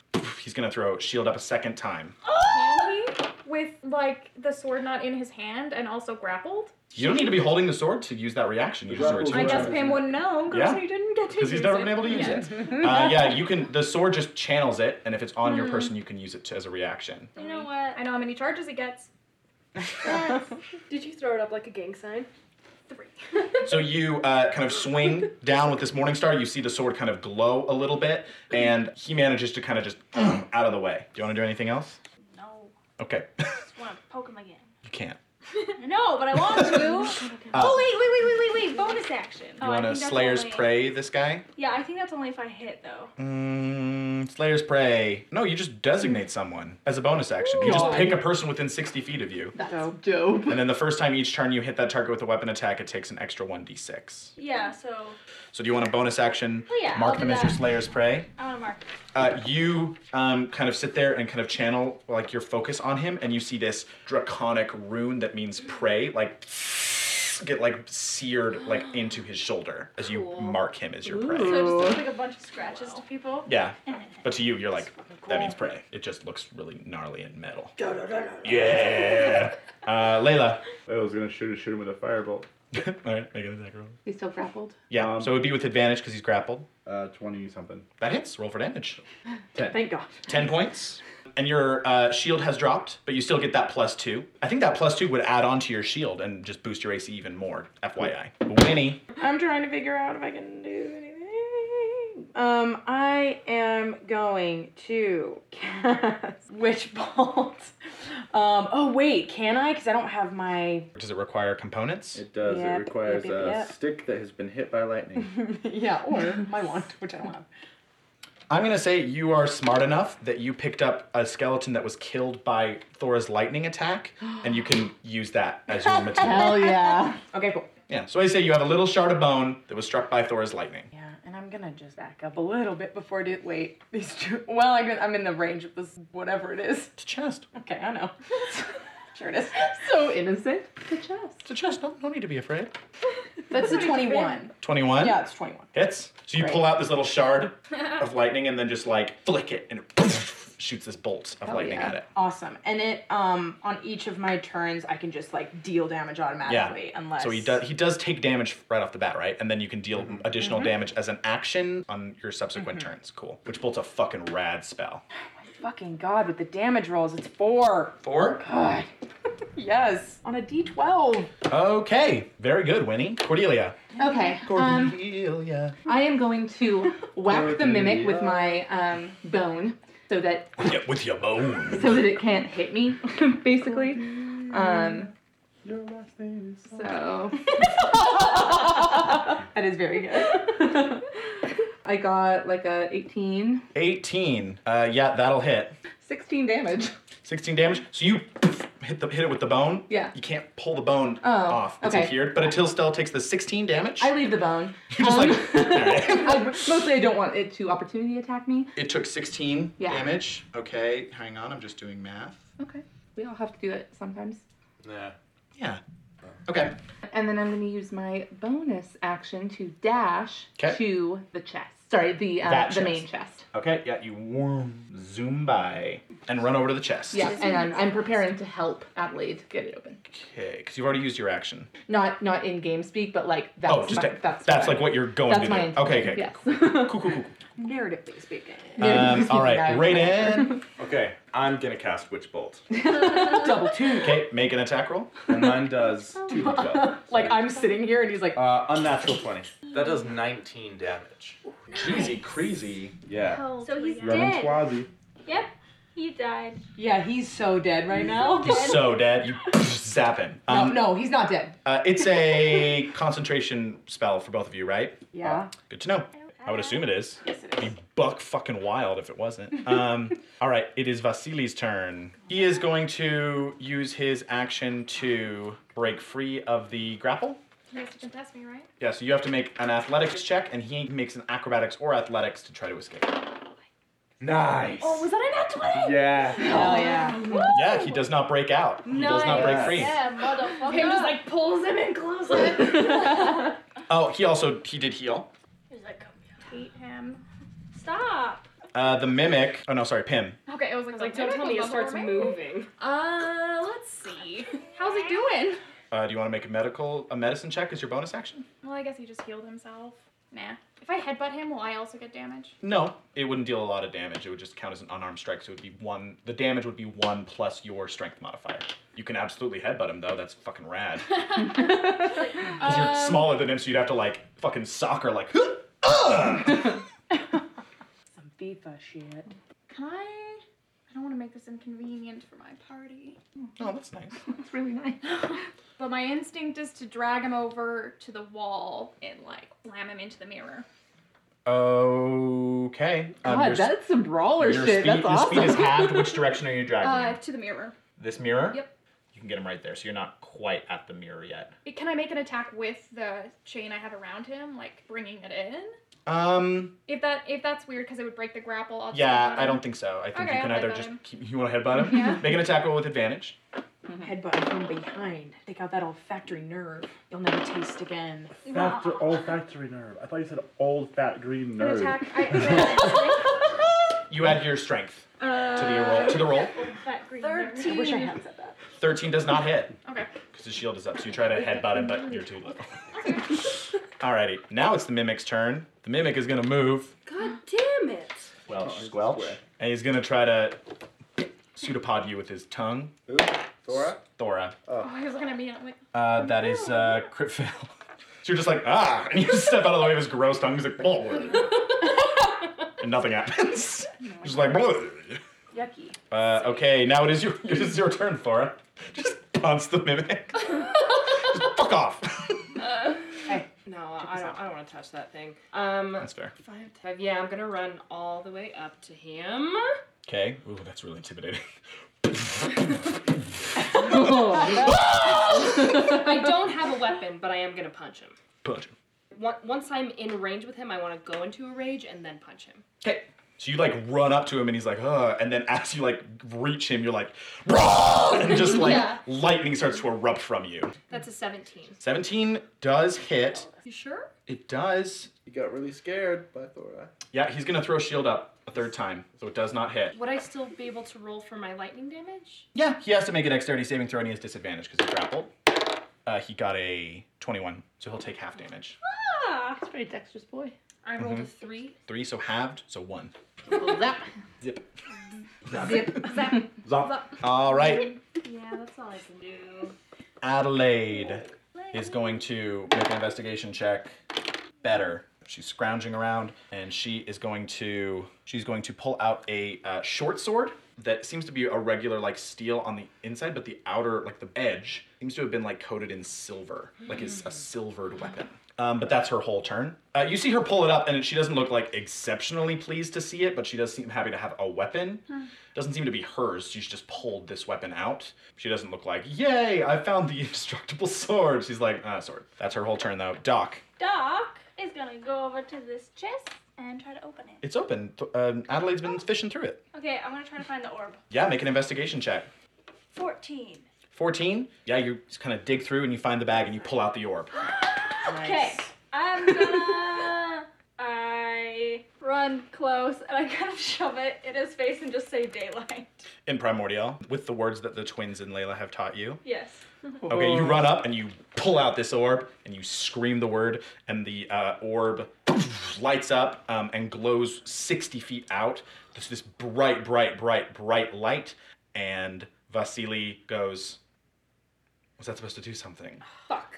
Speaker 3: He's going to throw shield up a second time.
Speaker 9: Can he? With, like, the sword not in his hand and also grappled?
Speaker 3: You don't need to be holding the sword to use that reaction. You just do it two
Speaker 9: I guess
Speaker 3: times.
Speaker 9: Pam wouldn't know because
Speaker 3: Yeah.
Speaker 9: he didn't get to
Speaker 3: Because he's
Speaker 9: use
Speaker 3: never
Speaker 9: it.
Speaker 3: been able to use
Speaker 9: Yeah.
Speaker 3: it. Uh, yeah, you can. The sword just channels it, and if it's on your
Speaker 9: Mhm.
Speaker 3: person, you can use it to, as a reaction.
Speaker 9: You know what? I know how many charges he gets.
Speaker 6: Did you throw it up like a gang sign?
Speaker 3: So you uh, kind of swing down with this morning star. You see the sword kind of glow a little bit, and he manages to kind of just out of the way. Do you want to do anything else?
Speaker 9: No.
Speaker 3: Okay,
Speaker 9: just want to poke him again.
Speaker 3: you can't.
Speaker 9: no, but I want to.
Speaker 3: Uh,
Speaker 9: oh, wait, wait, wait, wait, wait. Bonus action.
Speaker 3: You want to Slayer's Prey this guy?
Speaker 9: Yeah, I think that's only if I hit, though.
Speaker 3: Mm, Slayer's Prey. No, you just designate someone as a bonus action. You just
Speaker 4: Ooh.
Speaker 3: pick a person within 60 feet of you.
Speaker 4: That's dope.
Speaker 3: And then the first time each turn you hit that target with a weapon attack, it takes an extra 1d6.
Speaker 9: Yeah, so
Speaker 3: So do you want a bonus action?
Speaker 9: Oh, yeah,
Speaker 3: mark
Speaker 9: I'll do
Speaker 3: them as your
Speaker 9: that.
Speaker 3: Slayer's Prey.
Speaker 9: I want to mark.
Speaker 3: Uh, you um, kind of sit there and kind of channel like your focus on him, and you see this draconic rune that means prey, like get like seared like into his shoulder as you mark him as your prey.
Speaker 9: So it just looks like a bunch of scratches to people.
Speaker 3: Yeah, but to you, you're like that means prey. It just looks really gnarly and metal. Yeah. Uh, Layla.
Speaker 11: Layla's gonna shoot, shoot him with a firebolt.
Speaker 3: All right, make an attack roll.
Speaker 4: He's still grappled.
Speaker 3: Yeah,
Speaker 5: Um,
Speaker 3: so it would be with advantage because he's grappled.
Speaker 11: Uh, twenty something.
Speaker 3: That hits. Roll for damage. Ten.
Speaker 5: Thank God.
Speaker 3: 10 points. And your uh, shield has dropped, but you still get that plus two. I think that plus two would add on to your shield and just boost your AC even more. FYI. Winnie.
Speaker 5: I'm trying to figure out if I can do anything. Um, I am going to cast Witch Bolt. Um, oh wait, can I? Because I don't have my.
Speaker 3: Does it require components?
Speaker 2: It does.
Speaker 5: Yep,
Speaker 2: it requires
Speaker 5: yep,
Speaker 2: a
Speaker 5: yep, yep.
Speaker 2: stick that has been hit by lightning.
Speaker 5: yeah, or my wand, which I don't have.
Speaker 3: I'm gonna say you are smart enough that you picked up a skeleton that was killed by Thora's lightning attack, and you can use that as your material.
Speaker 5: Oh, yeah. Okay, cool.
Speaker 3: Yeah. So I say you have a little shard of bone that was struck by Thor's lightning.
Speaker 5: Yeah, and I'm gonna just back up a little bit before I do. Wait, these two. Well, I'm, I'm in the range of this, whatever it is.
Speaker 3: It's a chest.
Speaker 5: Okay, I know. sure it is. So innocent.
Speaker 4: The chest.
Speaker 3: It's a chest. No, no need to be afraid.
Speaker 5: That's a 21.
Speaker 3: 21?
Speaker 5: Yeah, it's 21.
Speaker 3: Hits. So you
Speaker 5: Great.
Speaker 3: pull out this little shard of lightning and then just like flick it and it shoots this bolt of
Speaker 5: Hell
Speaker 3: lightning
Speaker 5: Oh, yeah.
Speaker 3: at it.
Speaker 5: Awesome. And it um on each of my turns I can just like deal damage automatically unless
Speaker 3: So he does he does take damage right off the bat, right? And then you can deal additional
Speaker 5: Mhm.
Speaker 3: damage as an action on your subsequent
Speaker 5: Mm-hmm.
Speaker 3: turns. Cool. Which bolt's a fucking rad spell.
Speaker 5: Fucking god with the damage rolls, it's four.
Speaker 3: Four.
Speaker 5: God. yes. On a D twelve.
Speaker 3: Okay. Very good, Winnie. Cordelia.
Speaker 4: Okay. Um,
Speaker 3: Cordelia.
Speaker 4: I am going to whack the mimic with my um, bone so that
Speaker 3: With your, with your bone.
Speaker 4: so that it can't hit me, basically. Um,
Speaker 11: Your last name is
Speaker 4: so
Speaker 5: that is very good.
Speaker 4: I got like a 18,
Speaker 3: 18. Uh, yeah, that'll hit.
Speaker 4: 16 damage.
Speaker 3: 16 damage. So you hit the hit it with the bone.
Speaker 4: Yeah.
Speaker 3: You can't pull the bone
Speaker 4: Oh,
Speaker 3: off. It's
Speaker 4: okay.
Speaker 3: adhered, but until Stella takes the 16 damage,
Speaker 4: I leave the bone. Um,
Speaker 3: you're just like
Speaker 4: I, mostly, I don't want it to opportunity attack me.
Speaker 3: It took 16
Speaker 4: Yeah.
Speaker 3: damage. Okay, hang on, I'm just doing math.
Speaker 4: Okay. We all have to do it sometimes.
Speaker 3: Yeah. Yeah. Okay.
Speaker 4: And then I'm going to use my bonus action to dash
Speaker 3: 'Kay.
Speaker 4: to the chest. Sorry, the uh, the
Speaker 3: That
Speaker 4: main chest.
Speaker 3: Okay, yeah, you worm, zoom by and run over to the chest.
Speaker 4: Yeah, and I'm, I'm preparing to help Adelaide get it open.
Speaker 3: Okay, because you've already used your action.
Speaker 4: Not not in game speak, but like that's
Speaker 3: oh, just
Speaker 4: my,
Speaker 3: a-
Speaker 4: that's
Speaker 3: like what you're going
Speaker 4: that's
Speaker 3: to do.
Speaker 4: my intent.
Speaker 3: Okay, okay.
Speaker 4: Yes.
Speaker 3: Cool, cool, cool.
Speaker 5: Narratively speaking.
Speaker 3: Um, all right, Raiden.
Speaker 2: Okay, I'm gonna cast Witch Bolt.
Speaker 5: Double two.
Speaker 3: Okay, make an attack roll.
Speaker 2: And mine does 2 to 12.
Speaker 5: like I'm sitting here and he's like
Speaker 2: Uh, unnatural 20.
Speaker 14: That does 19 damage.
Speaker 3: Jeezy, crazy.
Speaker 2: Yeah.
Speaker 8: So he's
Speaker 2: Reverend
Speaker 8: dead.
Speaker 2: Swazi.
Speaker 8: Yep, he died.
Speaker 5: Yeah, he's so dead right now.
Speaker 3: He's so dead. You zap him. Um,
Speaker 5: no, no, he's not dead.
Speaker 3: uh, it's a concentration spell for both of you, right?
Speaker 5: Yeah.
Speaker 3: Oh, Good to know. I would assume it is.
Speaker 5: Yes, it
Speaker 3: It'd be buck fucking wild if it wasn't. Um, all right, it is Vasili's turn. He is going to use his action to break free of the grapple.
Speaker 8: You guys can pass me, right?
Speaker 3: Yeah, so you have to make an athletics check, and he makes an acrobatics or athletics to try to escape.
Speaker 5: Oh
Speaker 2: Nice.
Speaker 8: Oh, was that an nat 20?
Speaker 2: Yeah.
Speaker 4: "Oh,
Speaker 5: Hell yeah.
Speaker 3: Yeah, he does not break out. He does not break
Speaker 2: Nice.
Speaker 3: free.
Speaker 8: Yeah, motherfucker. Pam just like pulls him in closer.
Speaker 3: Oh, he also he did heal.
Speaker 8: He's like, come here. Hate him. Stop.
Speaker 3: Uh, the mimic. Oh no, sorry, Pim.
Speaker 6: Okay, I was like, don't tell me it starts moving.
Speaker 9: Uh, let's see. How's it doing?
Speaker 3: Uh, do you want to make a medical a medicine check as your bonus action?
Speaker 9: Well, I guess he just healed himself. Nah. If I headbutt him, will I also get damage?
Speaker 3: No, it wouldn't deal a lot of damage. It would just count as an unarmed strike, so it would be one. The damage would be one plus your strength modifier. You can absolutely headbutt him though. That's fucking rad. Because you're
Speaker 8: Um,
Speaker 3: smaller than him, so you'd have to like fucking soccer like. Oh,
Speaker 5: Some FIFA shit.
Speaker 9: Can I? I don't want to make this inconvenient for my party.
Speaker 3: Oh, that's nice.
Speaker 9: That's really nice. but my instinct is to drag him over to the wall and like slam him into the mirror.
Speaker 3: Okay. Um,
Speaker 4: God,
Speaker 3: your s-
Speaker 4: that's some brawler
Speaker 3: your
Speaker 4: shit.
Speaker 3: Speed,
Speaker 4: that's
Speaker 3: your
Speaker 4: awesome.
Speaker 3: speed is halved. Which direction are you dragging?
Speaker 9: Uh,
Speaker 3: him?
Speaker 9: to the mirror.
Speaker 3: This mirror.
Speaker 9: Yep.
Speaker 3: You can get him right there, so you're not quite at the mirror yet.
Speaker 9: It- Can I make an attack with the chain I have around him, like bringing it in?
Speaker 3: Um.
Speaker 9: If that if that's weird, because it would break the grapple. I'll just
Speaker 3: Yeah,
Speaker 9: headbutt
Speaker 3: I
Speaker 9: him.
Speaker 3: don't think so. I think
Speaker 9: Okay,
Speaker 3: you can
Speaker 9: I'll
Speaker 3: either
Speaker 9: headbutt
Speaker 3: just
Speaker 9: him.
Speaker 3: keep, you want to headbutt him.
Speaker 9: Yeah.
Speaker 3: Make an attack roll with advantage.
Speaker 5: Headbutt from behind. Take out that olfactory nerve. You'll never taste again.
Speaker 11: Factor, olfactory nerve. I thought you said old fat green
Speaker 9: An
Speaker 11: nerve.
Speaker 9: attack. I,
Speaker 3: You add your strength
Speaker 9: uh,
Speaker 3: to the roll. To the roll.
Speaker 9: That green
Speaker 5: I wish I had said that.
Speaker 3: Thirteen does not hit
Speaker 9: Okay.
Speaker 3: because the shield is up. So you try to headbutt him, but you're too little. Alrighty. Now it's the mimic's turn. The mimic is gonna move.
Speaker 15: God damn it.
Speaker 3: Welch. squelch. And he's gonna try to pseudopod you with his tongue.
Speaker 2: Who? Thora?
Speaker 3: Thora.
Speaker 9: Oh, he was looking at me. and I'm like,
Speaker 3: Uh, that is uh, crit fail. So you're just like ah, and you just step out of the way of his gross tongue. He's like, "Bleh." and nothing happens. Just like, "Bleh."
Speaker 5: Yucky.
Speaker 3: uh, okay, now it is your it is your turn, Thora. Just punts the mimic. just fuck off.
Speaker 6: No, I don't. I don't want want to touch that thing. Um,
Speaker 3: That's fair.
Speaker 6: Five, five. Yeah, I'm gonna run all the way up to him.
Speaker 3: Okay. Ooh, that's really intimidating.
Speaker 4: Oh,
Speaker 6: I don't have a weapon, but I am gonna punch him.
Speaker 3: Punch him.
Speaker 6: Wa- Once I'm in range with him, I want to go into a rage and then punch him.
Speaker 3: Okay. So you like run up to him and he's like, uh, and then as you like reach him, you're like, "Rah!" and just like
Speaker 6: Yeah.
Speaker 3: lightning starts to erupt from you.
Speaker 6: That's a 17.
Speaker 3: 17 does hit.
Speaker 6: You sure?
Speaker 3: It does.
Speaker 2: You got really scared by Thora.
Speaker 3: Yeah, he's gonna throw shield up a third time, so it does not hit.
Speaker 6: Would I still be able to roll for my lightning damage?
Speaker 3: Yeah, he has to make a dexterity saving throw and he has disadvantage because he grappled. Uh, he got a 21, so he'll take half damage.
Speaker 4: Ah, he's a pretty dexterous boy.
Speaker 6: I rolled a
Speaker 3: Mhm.
Speaker 6: three.
Speaker 3: Three, so halved, so one.
Speaker 4: Zap.
Speaker 3: Zip.
Speaker 4: Zip. Zap.
Speaker 3: Zop. All right,
Speaker 6: Yeah, that's all I can do.
Speaker 3: Adelaide is going to make an investigation check. Better. She's scrounging around, and she is going to she's going to pull out a uh, short sword that seems to be a regular like steel on the inside, but the outer like the edge seems to have been like coated in silver, like it's a silvered weapon. Um, but that's her whole turn. Uh, you see her pull it up, and she doesn't look like exceptionally pleased to see it, but she does seem happy to have a weapon. Doesn't seem to be hers. She's just pulled this weapon out. She doesn't look like, yay, I found the indestructible sword. She's like, ah, sword. That's her whole turn, though. Doc,
Speaker 8: Doc is gonna go over to this chest and try to open it. Oh.
Speaker 3: it's open. Th- Um, Adelaide's been fishing through it.
Speaker 8: Okay, I'm gonna try to find the orb.
Speaker 3: Yeah, make an investigation check.
Speaker 8: 14.
Speaker 3: 14. Yeah, you just kind of dig through and you find the bag and you pull out the orb.
Speaker 8: Okay, I'm gonna. I run close and I kind of shove it in his face and just say daylight.
Speaker 3: In Primordial, with the words that the twins and Layla have taught you.
Speaker 8: Yes.
Speaker 3: Okay, you run up and you pull out this orb and you scream the word, and the uh, orb lights up um, and glows 60 feet out. There's this bright, bright, bright, bright light, and Vasily goes, Was that supposed to do something?
Speaker 8: Fuck.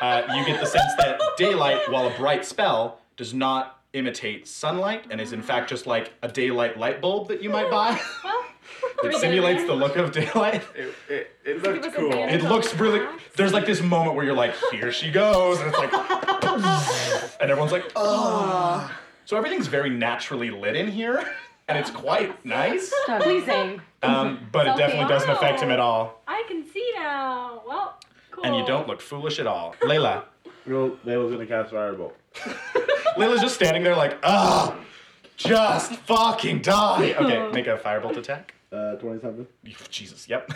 Speaker 3: Uh, you get the sense that daylight, while a bright spell, does not imitate sunlight and is in fact just like a daylight light bulb that you might buy. it simulates the look of daylight.
Speaker 2: It, it, it looked cool.
Speaker 3: It looks really. There's like this moment where you're like, here she goes, and it's like, and everyone's like, oh. So everything's very naturally lit in here, and it's quite nice.
Speaker 5: Pleasing.
Speaker 3: Um, but it definitely doesn't affect him at all,
Speaker 8: I can see now. Well, cool.
Speaker 3: and you don't look foolish at all. Layla,
Speaker 11: No, Layla's gonna cast Firebolt.
Speaker 3: Layla's just standing there like, ah, just fucking die. Okay, make a firebolt attack.
Speaker 11: Uh, 27.
Speaker 3: Jesus, yep.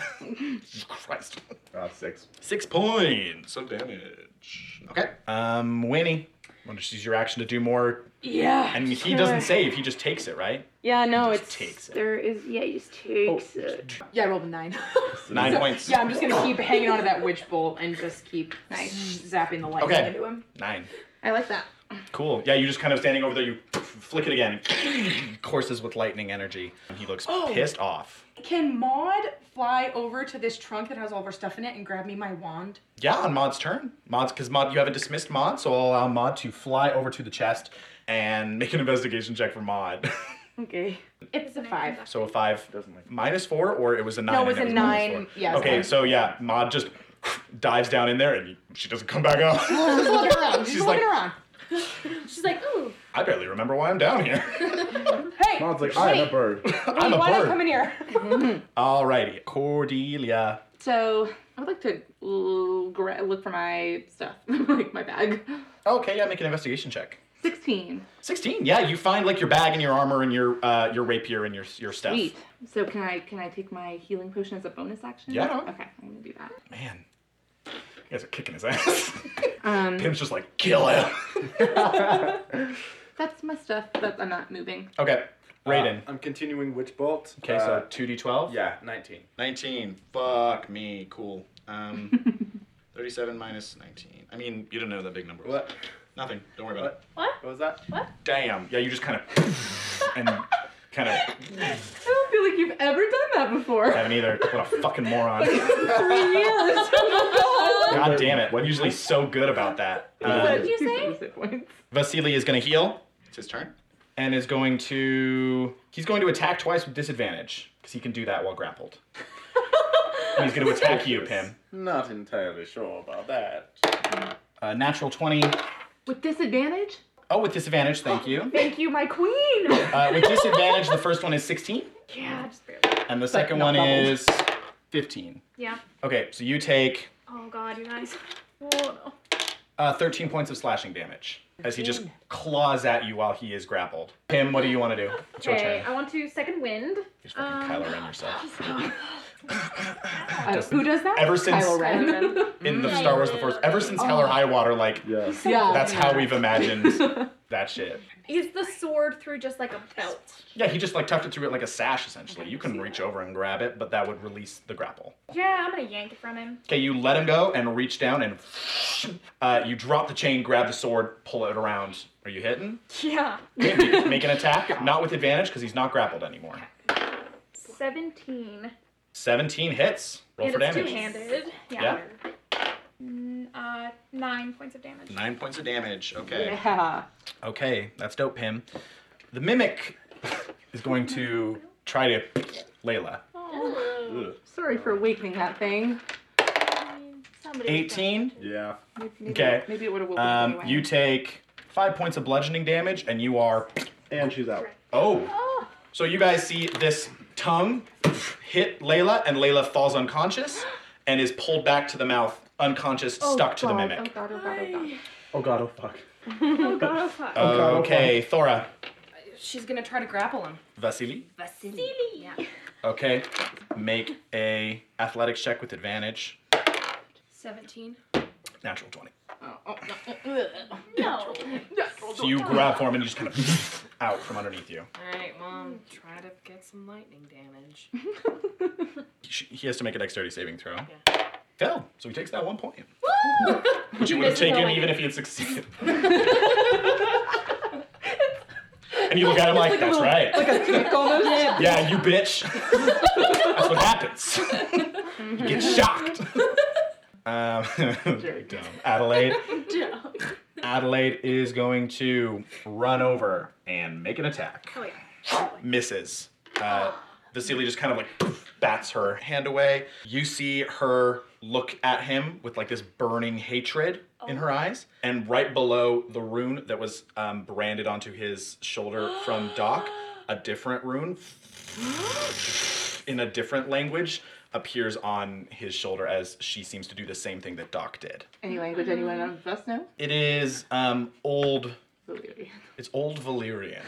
Speaker 3: Christ.
Speaker 11: Uh, six.
Speaker 3: Six points of damage. Okay. Um, Winnie. Wonder if she's your action to do more.
Speaker 5: Yeah,
Speaker 3: And he
Speaker 5: sure.
Speaker 3: doesn't save. He just takes it, right?
Speaker 5: Yeah, no, it's
Speaker 3: takes it. Oh,
Speaker 5: there is yeah, you just takes it. Yeah, I rolled a nine.
Speaker 3: Nine
Speaker 5: So,
Speaker 3: points.
Speaker 5: Yeah, I'm just gonna keep hanging onto that witch bolt and just keep zapping the lightning
Speaker 3: Okay.
Speaker 5: into him.
Speaker 3: Nine.
Speaker 5: I like that.
Speaker 3: Cool. Yeah, you just kind of standing over there. You flick it again. Courses with lightning energy. And he looks
Speaker 5: Oh.
Speaker 3: pissed off.
Speaker 5: Can Maud fly over to this trunk that has all of our stuff in it and grab me my wand?
Speaker 3: Yeah, on Mod's turn. Mod's because Mod, you haven't dismissed Mod, so I'll allow Mod to fly over to the chest and make an investigation check for Mod.
Speaker 5: Okay. It's a five.
Speaker 3: So a five minus four, or it was a nine.
Speaker 5: No, it
Speaker 3: and
Speaker 5: was a
Speaker 3: minus
Speaker 5: nine.
Speaker 3: four?
Speaker 5: Yeah, it was
Speaker 3: Okay,
Speaker 5: nine.
Speaker 3: so yeah, Mod just dives down in there, and she doesn't come back up.
Speaker 5: She's looking around. She's,
Speaker 3: She's
Speaker 5: looking
Speaker 3: like-
Speaker 5: around. She's like, ooh.
Speaker 3: I barely remember why I'm down here.
Speaker 5: Hey.
Speaker 3: Mod's like,
Speaker 5: I'm a
Speaker 3: a bird.
Speaker 5: Hey,
Speaker 3: I'm a
Speaker 5: why not
Speaker 3: bird.
Speaker 5: come in here?
Speaker 3: Alrighty, Cordelia.
Speaker 4: So I would like to l- gra- look for my stuff, like my bag.
Speaker 3: Okay, yeah, make an investigation check.
Speaker 4: Sixteen.
Speaker 3: Sixteen. Yeah, you find like your bag and your armor and your uh, your rapier and your your stuff.
Speaker 4: Sweet. So can I can I take my healing potion as a bonus action?
Speaker 3: Yeah.
Speaker 4: Okay, I'm gonna do that.
Speaker 3: Man, you guys are kicking his ass.
Speaker 4: Um,
Speaker 3: Pim's just like kill him.
Speaker 4: that's my stuff, but I'm not moving.
Speaker 3: Okay, Raiden.
Speaker 2: uh, I'm continuing Witch Bolt.
Speaker 3: Okay,
Speaker 2: Uh,
Speaker 3: so two d twelve.
Speaker 2: yeah, 19.
Speaker 3: 19. Fuck me. Cool. Um, 37 minus 19. I mean, you didn't know that big number. What? Nothing. Don't worry about it.
Speaker 8: What?
Speaker 2: What was that?
Speaker 8: What?
Speaker 3: Damn. Yeah, you just kind of and kind of
Speaker 4: I don't feel like you've ever done that before.
Speaker 3: haven't either. What a fucking moron.
Speaker 4: Three years.
Speaker 3: God damn it. I'm usually so good about that.
Speaker 4: what
Speaker 3: Uh,
Speaker 4: did you say?
Speaker 3: Vasily is going to heal. It's his turn. And is going to. He's going to attack twice with disadvantage because he can do that while grappled. And he's going to attack you, Pim.
Speaker 2: Not entirely sure about that.
Speaker 3: Uh, natural 20
Speaker 4: With disadvantage?
Speaker 3: Oh, with disadvantage, thank you.
Speaker 4: Thank you, my queen!
Speaker 3: Uh, with disadvantage, the first one is 16,
Speaker 9: Yeah, just barely.
Speaker 3: and the second
Speaker 9: not
Speaker 3: one
Speaker 9: bubbled.
Speaker 3: is 15.
Speaker 9: Yeah.
Speaker 3: Okay, so you take
Speaker 9: Oh god, you guys. Oh no.
Speaker 3: uh, 13 points of slashing damage as he just claws at you while he is grappled. Pim, what do you want to do? It's your
Speaker 8: Okay,
Speaker 3: turn.
Speaker 8: I want to second wind.
Speaker 3: Just fucking
Speaker 9: um,
Speaker 3: Kylo Ren yourself. Just-
Speaker 4: Uh, Who does that?
Speaker 3: Ever since
Speaker 4: Kylo Ren.
Speaker 3: in the Star Wars the Force, ever since Hell or High Water, like
Speaker 9: Yeah.
Speaker 3: that's how we've imagined that shit.
Speaker 9: Is the sword through just like a belt?
Speaker 3: Yeah, he just like tucked it through it like a sash essentially. You can reach over and grab it, but that would release the grapple.
Speaker 9: Yeah, I'm gonna yank it from him.
Speaker 3: Okay, you let him go and reach down and uh, you drop the chain, grab the sword, pull it around. Are you hitting?
Speaker 9: Yeah.
Speaker 3: Okay, make, make an attack, not with advantage because he's not grappled anymore.
Speaker 8: 17.
Speaker 3: 17 hits. Roll
Speaker 9: And
Speaker 3: for
Speaker 9: it's
Speaker 3: damage.
Speaker 9: two-handed. Yeah.
Speaker 3: Yeah.
Speaker 9: Mm, uh, nine points of damage.
Speaker 3: Nine points of damage. Okay.
Speaker 4: Yeah.
Speaker 3: Okay, that's dope, Pim. The mimic is going to try to Layla.
Speaker 4: Oh.
Speaker 3: Ugh.
Speaker 4: Sorry for awakening that thing.
Speaker 8: Somebody
Speaker 3: 18. Yeah.
Speaker 4: Maybe,
Speaker 3: Okay.
Speaker 4: Maybe it would have woken
Speaker 3: Um,
Speaker 4: anyway.
Speaker 3: you take five points of bludgeoning damage, and you are. And she's out.
Speaker 4: Ah!
Speaker 3: Oh. So you guys see this tongue hit Layla, and Layla falls unconscious and is pulled back to the mouth, unconscious,
Speaker 4: Oh,
Speaker 3: stuck to the
Speaker 4: God,
Speaker 3: mimic.
Speaker 4: Oh god, oh god, oh god.
Speaker 3: Oh god, oh fuck.
Speaker 6: Oh god, oh fuck.
Speaker 3: Okay, Thora.
Speaker 6: She's gonna try to grapple him.
Speaker 3: Vasily.
Speaker 6: Vasily. Yeah.
Speaker 3: Okay. Make a athletics check with advantage.
Speaker 6: 17.
Speaker 3: Natural 20.
Speaker 6: No.
Speaker 3: So you grab for him and you just kind of out from underneath you.
Speaker 6: Alright, mom, try to get some lightning damage.
Speaker 3: She- He has to make a dexterity saving throw. Fell. So he takes that one point. Which you
Speaker 6: You
Speaker 3: would have
Speaker 6: missed the
Speaker 3: taken
Speaker 6: lightning.
Speaker 3: even if he had succeeded. and you look at him like, that's right.
Speaker 4: almost.
Speaker 3: Yeah, you bitch. That's what happens. You get shocked. Um, dumb. Adelaide. Adelaide is going to run over and make an attack.
Speaker 16: Oh, yeah.
Speaker 3: Misses. Uh, Vasily just kind of like bats her hand away. You see her look at him with like this burning hatred in her eyes. And right below the rune that was um, branded onto his shoulder from Doc, a different rune in a different language appears on his shoulder as she seems to do the same thing that Doc did.
Speaker 4: Any language anyone of us know?
Speaker 3: It is um, old. It's old Valyrian.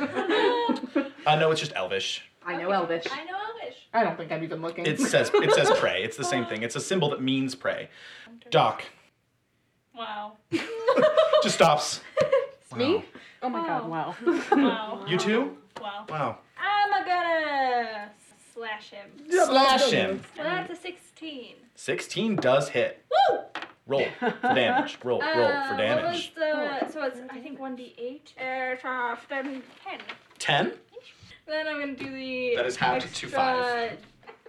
Speaker 3: uh, no, it's just Elvish.
Speaker 4: I know Elvish.
Speaker 8: I know Elvish.
Speaker 4: I don't think I'm even looking.
Speaker 3: It says it says pray. It's the same thing. It's a symbol that means pray. Doc
Speaker 8: Wow.
Speaker 3: just stops.
Speaker 4: Me? Oh my god, wow.
Speaker 8: wow.
Speaker 3: You too?
Speaker 8: Wow.
Speaker 3: Wow.
Speaker 8: I'm gonna slash him.
Speaker 3: Slash him.
Speaker 8: Well, that's a 16.
Speaker 3: Sixteen does hit.
Speaker 8: Woo!
Speaker 3: Roll for damage. Roll roll
Speaker 8: Uh,
Speaker 3: for
Speaker 8: What
Speaker 3: damage.
Speaker 8: was the, so it's, I think, 1d8. Uh, then 10.
Speaker 3: Ten.
Speaker 8: Then I'm gonna do the.
Speaker 3: That is halved to
Speaker 8: extra-
Speaker 3: five.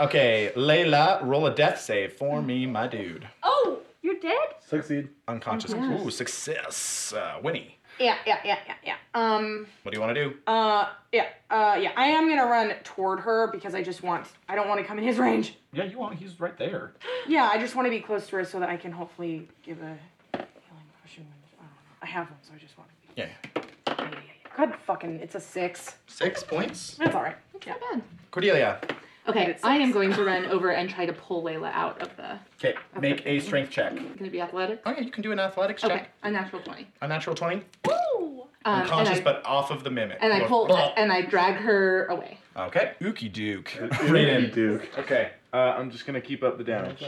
Speaker 3: Okay, Layla, roll a death save for me, my dude.
Speaker 8: Oh, you're dead?
Speaker 3: Succeed. Unconscious.
Speaker 5: Yes.
Speaker 3: Ooh, success. Uh, Winnie,
Speaker 5: Yeah, yeah, yeah, yeah, yeah. Um.
Speaker 3: what do you want to do?
Speaker 5: Uh. Yeah. Uh. Yeah. I am gonna run toward her because I just want. I don't want to come in his range.
Speaker 3: Yeah, you want. He's right there.
Speaker 5: Yeah. I just want to be close to her so that I can hopefully give a healing potion. I don't know. I have one, so I just want.
Speaker 3: Yeah.
Speaker 5: to. God fucking. It's a six.
Speaker 3: Six points.
Speaker 5: That's all right. Yeah.
Speaker 3: Cordelia.
Speaker 4: Okay, I am going to run over and try to pull Layla out of the.
Speaker 3: Okay, make a strength check.
Speaker 4: Can it be athletic?
Speaker 3: Oh yeah, you can do an athletics
Speaker 4: okay,
Speaker 3: check.
Speaker 4: a natural twenty.
Speaker 3: A natural twenty.
Speaker 4: Um,
Speaker 3: Unconscious,
Speaker 4: and I,
Speaker 3: but off of the mimic.
Speaker 4: and I
Speaker 3: Goes,
Speaker 4: pull
Speaker 3: "Blah."
Speaker 4: and I drag her away.
Speaker 3: Okay. Ookie Duke.
Speaker 17: Ookie Duke. Okay. Uh, I'm just gonna keep up the damage.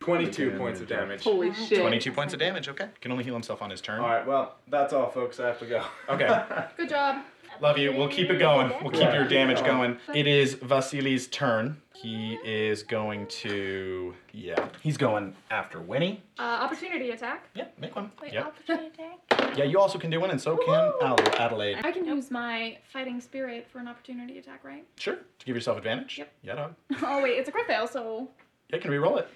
Speaker 14: 22 points of damage.
Speaker 4: Holy shit.
Speaker 3: Twenty-two points of damage. Okay. Can only heal himself on his turn. All
Speaker 2: right. Well, that's all, folks. I have to go.
Speaker 3: Okay.
Speaker 9: Good job.
Speaker 3: Love you. We'll keep it going. We'll keep
Speaker 2: Yeah.
Speaker 3: your damage
Speaker 2: Yeah.
Speaker 3: going. It is Vasili's turn. He is going to. Yeah. He's going after Winnie.
Speaker 9: Uh, opportunity attack.
Speaker 3: Yeah, make one.
Speaker 9: Wait,
Speaker 3: Yep.
Speaker 9: opportunity attack.
Speaker 3: Yeah, you also can do one, and so can Adel- Adelaide.
Speaker 9: I can use my fighting spirit for an opportunity attack, right?
Speaker 3: Sure. To give yourself advantage.
Speaker 9: Yep.
Speaker 3: Yeah, dog.
Speaker 9: oh wait, it's a crit fail, so
Speaker 3: Yeah, can re-roll it.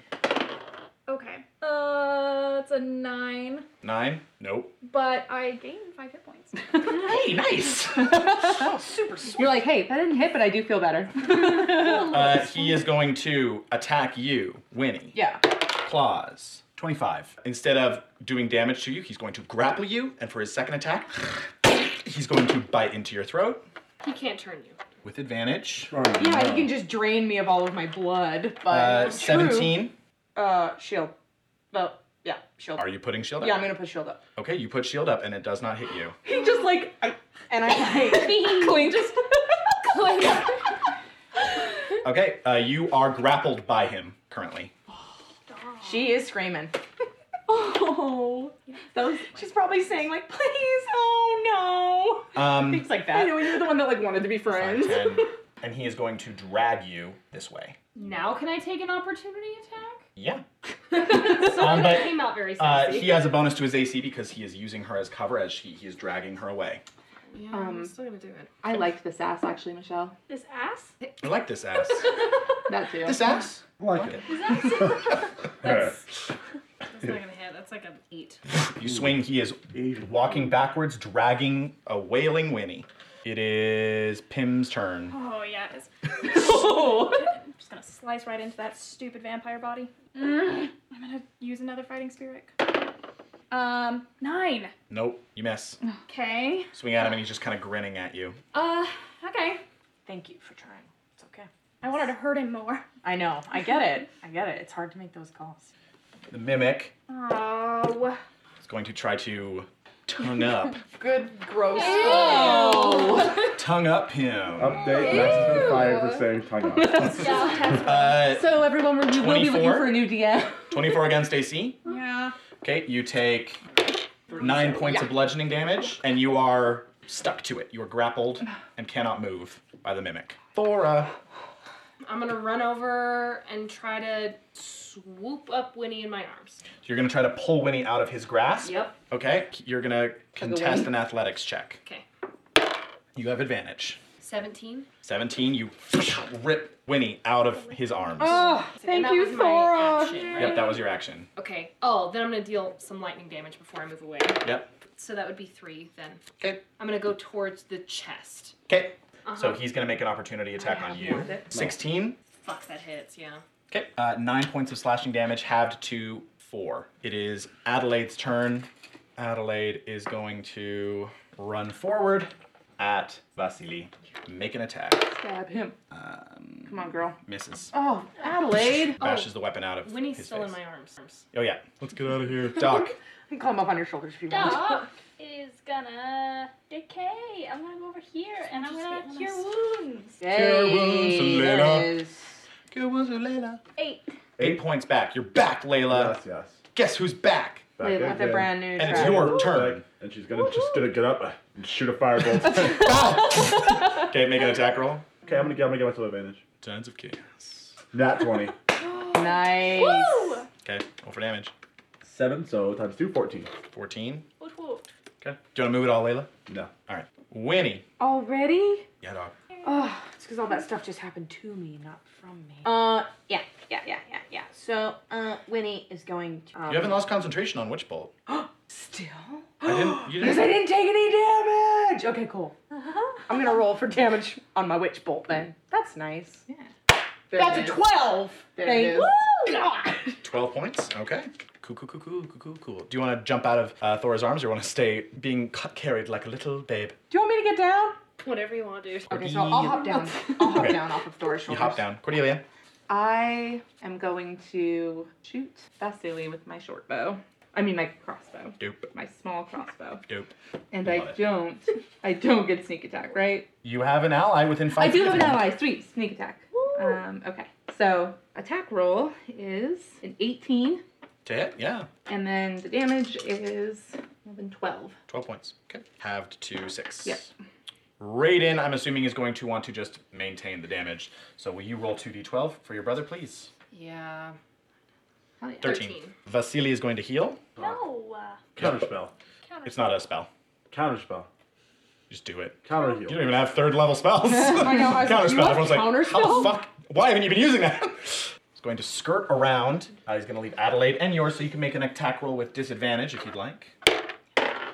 Speaker 9: okay. Uh, it's a nine,
Speaker 3: Nine. Nope.
Speaker 9: but I gain five hit points.
Speaker 3: hey, nice.
Speaker 4: super sweet. You're like, hey, that didn't hit, but I do feel better.
Speaker 3: Uh, he is going to attack you, Winnie.
Speaker 5: Yeah.
Speaker 3: Claws. 25. Instead of doing damage to you, he's going to grapple you, and for his second attack, he's going to bite into your throat
Speaker 6: He can't turn you.
Speaker 3: with advantage.
Speaker 5: Yeah, he can just drain me of all of my blood. But
Speaker 3: Uh,
Speaker 5: True.
Speaker 3: 17.
Speaker 5: Uh, shield. Well, yeah, shield.
Speaker 3: Are you putting shield up?
Speaker 5: Yeah, I'm gonna put shield up.
Speaker 3: Okay, you put shield up, and it does not hit you.
Speaker 5: He just like, I, and I like cling just cling.
Speaker 3: Okay, uh, you are grappled by him currently.
Speaker 5: She is screaming. Oh, that was, she's probably saying like, please, oh
Speaker 3: Um,
Speaker 5: no, things like that. I know you're the one that like wanted to be friends.
Speaker 3: and, and he is going to drag you this way.
Speaker 6: Now can I take an opportunity attack?
Speaker 3: Yeah.
Speaker 6: Sorry,
Speaker 3: Um,
Speaker 6: that
Speaker 3: but,
Speaker 6: came out very
Speaker 3: Uh,
Speaker 6: sexy.
Speaker 3: he has a bonus to his AC because he is using her as cover as she, he is dragging her away.
Speaker 6: Yeah,
Speaker 4: Um,
Speaker 6: I'm still gonna do it.
Speaker 4: I liked this ass actually, Michelle.
Speaker 8: This ass?
Speaker 3: I like this ass.
Speaker 4: That too.
Speaker 3: This ass? I like it.
Speaker 6: That's not gonna hit. That's like an eight.
Speaker 3: You swing, he is walking backwards, dragging a wailing whinny. It is Pim's turn.
Speaker 9: Oh yeah, it is. I'm just gonna slice right into that stupid vampire body. I'm gonna use another fighting spirit. Um, nine.
Speaker 3: Nope, you miss.
Speaker 9: Okay.
Speaker 3: Swing at him and he's just kind of grinning at you.
Speaker 9: Uh, okay.
Speaker 5: Thank you for trying. It's okay.
Speaker 9: I wanted to hurt him more.
Speaker 5: I know. I get it. I get it. It's hard to make those calls.
Speaker 3: The mimic
Speaker 9: Oh.
Speaker 3: is going to try to tongue up.
Speaker 5: Good gross.
Speaker 3: tongue up him.
Speaker 11: Update Max been fired for saying tongue up.
Speaker 3: Uh,
Speaker 4: So everyone, we will be looking
Speaker 3: 24?
Speaker 4: for a new DM.
Speaker 3: 24 against AC.
Speaker 9: Yeah.
Speaker 3: Okay, you take nine points of bludgeoning damage, and you are stuck to it. You are grappled and cannot move by the mimic. Thora.
Speaker 6: I'm gonna run over and try to swoop up Winnie in my arms.
Speaker 3: You're gonna try to pull Winnie out of his grasp.
Speaker 6: Yep.
Speaker 3: Okay, you're gonna contest an athletics check.
Speaker 6: Okay.
Speaker 3: You have advantage.
Speaker 6: 17.
Speaker 3: 17, you rip Winnie out of his arms.
Speaker 6: Oh, thank
Speaker 16: you, Thora.
Speaker 3: Yep, that was your action.
Speaker 6: Okay. Oh, then I'm gonna deal some lightning damage before I move away.
Speaker 3: Yep.
Speaker 6: So that would be three then.
Speaker 3: Okay.
Speaker 6: I'm gonna go towards the chest.
Speaker 3: Okay. So
Speaker 6: Uh-huh.
Speaker 3: he's gonna make an opportunity attack on you.
Speaker 6: more.
Speaker 3: 16.
Speaker 6: Fuck, that hits, yeah.
Speaker 3: Okay. Uh, nine points of slashing damage, halved to four. It is Adelaide's turn. Adelaide is going to run forward at Vasily. Make an attack.
Speaker 4: Stab him.
Speaker 3: Um,
Speaker 4: Come on, girl.
Speaker 3: misses.
Speaker 4: Oh, Adelaide.
Speaker 3: Bashes the weapon out of
Speaker 6: Winnie's
Speaker 3: his
Speaker 6: still
Speaker 3: face.
Speaker 6: in my arms.
Speaker 3: Oh yeah. Let's get out of here. Doc.
Speaker 5: You can climb up on your shoulders if you want.
Speaker 8: Doc is gonna decay. I'm gonna go over here and I'm gonna cure wounds.
Speaker 3: Yay,
Speaker 8: Eight.
Speaker 3: Eight points back. You're back, Layla. Yes, yes. Guess who's back?
Speaker 11: Back Layla.
Speaker 5: With a
Speaker 11: again.
Speaker 5: brand new.
Speaker 3: And it's
Speaker 5: track.
Speaker 3: your turn.
Speaker 11: And she's gonna just gonna get up and shoot a firebolt.
Speaker 3: okay, make an attack roll.
Speaker 11: Okay, I'm gonna get I'm gonna get myself advantage.
Speaker 3: Tons of chaos.
Speaker 11: Nat twenty.
Speaker 5: Nice.
Speaker 3: Okay, roll for damage.
Speaker 11: Seven, so times two, 14.
Speaker 3: 14.
Speaker 8: Woot woot.
Speaker 3: Okay. Do you want to move it all, Layla?
Speaker 11: No.
Speaker 3: All right. Winnie.
Speaker 5: Already?
Speaker 3: Yeah, dog.
Speaker 5: Oh, it's because all that stuff just happened to me, not from me. Uh, yeah, yeah, yeah, yeah, yeah. So, uh, Winnie is going to. Um,
Speaker 3: You haven't lost concentration on Witch Bolt.
Speaker 5: Still?
Speaker 3: I didn't. You
Speaker 5: Because
Speaker 3: didn't.
Speaker 5: I didn't take any damage! Okay, cool. I'm gonna roll for damage on my witch bolt then. That's nice. Yeah. That's a 12!
Speaker 4: There
Speaker 5: Thank-
Speaker 4: it is.
Speaker 5: Woo! God.
Speaker 3: 12 points. Okay. Cool, cool, cool, cool, cool, cool, cool. Do you want to jump out of uh, Thora's arms or want to stay being cu- carried like a little babe?
Speaker 5: Do you want me to get down?
Speaker 6: Whatever you want, dude.
Speaker 5: Okay, so I'll hop down. I'll hop down off of Thora's
Speaker 3: You
Speaker 5: shoulders.
Speaker 3: hop down. Cordelia.
Speaker 4: I am going to shoot Vasily with my short bow. I mean my crossbow.
Speaker 3: Dope.
Speaker 4: My small crossbow.
Speaker 3: Dope.
Speaker 4: And
Speaker 3: Love
Speaker 4: I
Speaker 3: it.
Speaker 4: don't. I don't get sneak attack, right?
Speaker 3: You have an ally within five
Speaker 4: I do
Speaker 3: feet
Speaker 4: have
Speaker 3: of you.
Speaker 4: an ally. Sweet sneak attack. Um, okay. So attack roll is an 18,
Speaker 3: To hit? Yeah.
Speaker 4: and then the damage is 11, 12.
Speaker 3: 12 points. Okay. Halved to six.
Speaker 4: Yep.
Speaker 3: Raiden, I'm assuming, is going to want to just maintain the damage. So will you roll 2d12 for your brother, please?
Speaker 6: Yeah.
Speaker 3: 13. Vasily is going to heal.
Speaker 8: No.
Speaker 11: Counter spell.
Speaker 3: It's not a spell.
Speaker 11: Counter spell.
Speaker 3: Just do it.
Speaker 11: Counter heal.
Speaker 3: You don't even have third level spells.
Speaker 5: I know, I was like,
Speaker 3: counter
Speaker 5: you
Speaker 3: spell.
Speaker 5: have
Speaker 3: Everyone's like,
Speaker 5: counter
Speaker 3: how
Speaker 5: spell?"
Speaker 3: the fuck? Why haven't you been using that? He's going to skirt around. Uh, he's going to leave Adelaide and yours, so you can make an attack roll with disadvantage if you'd like.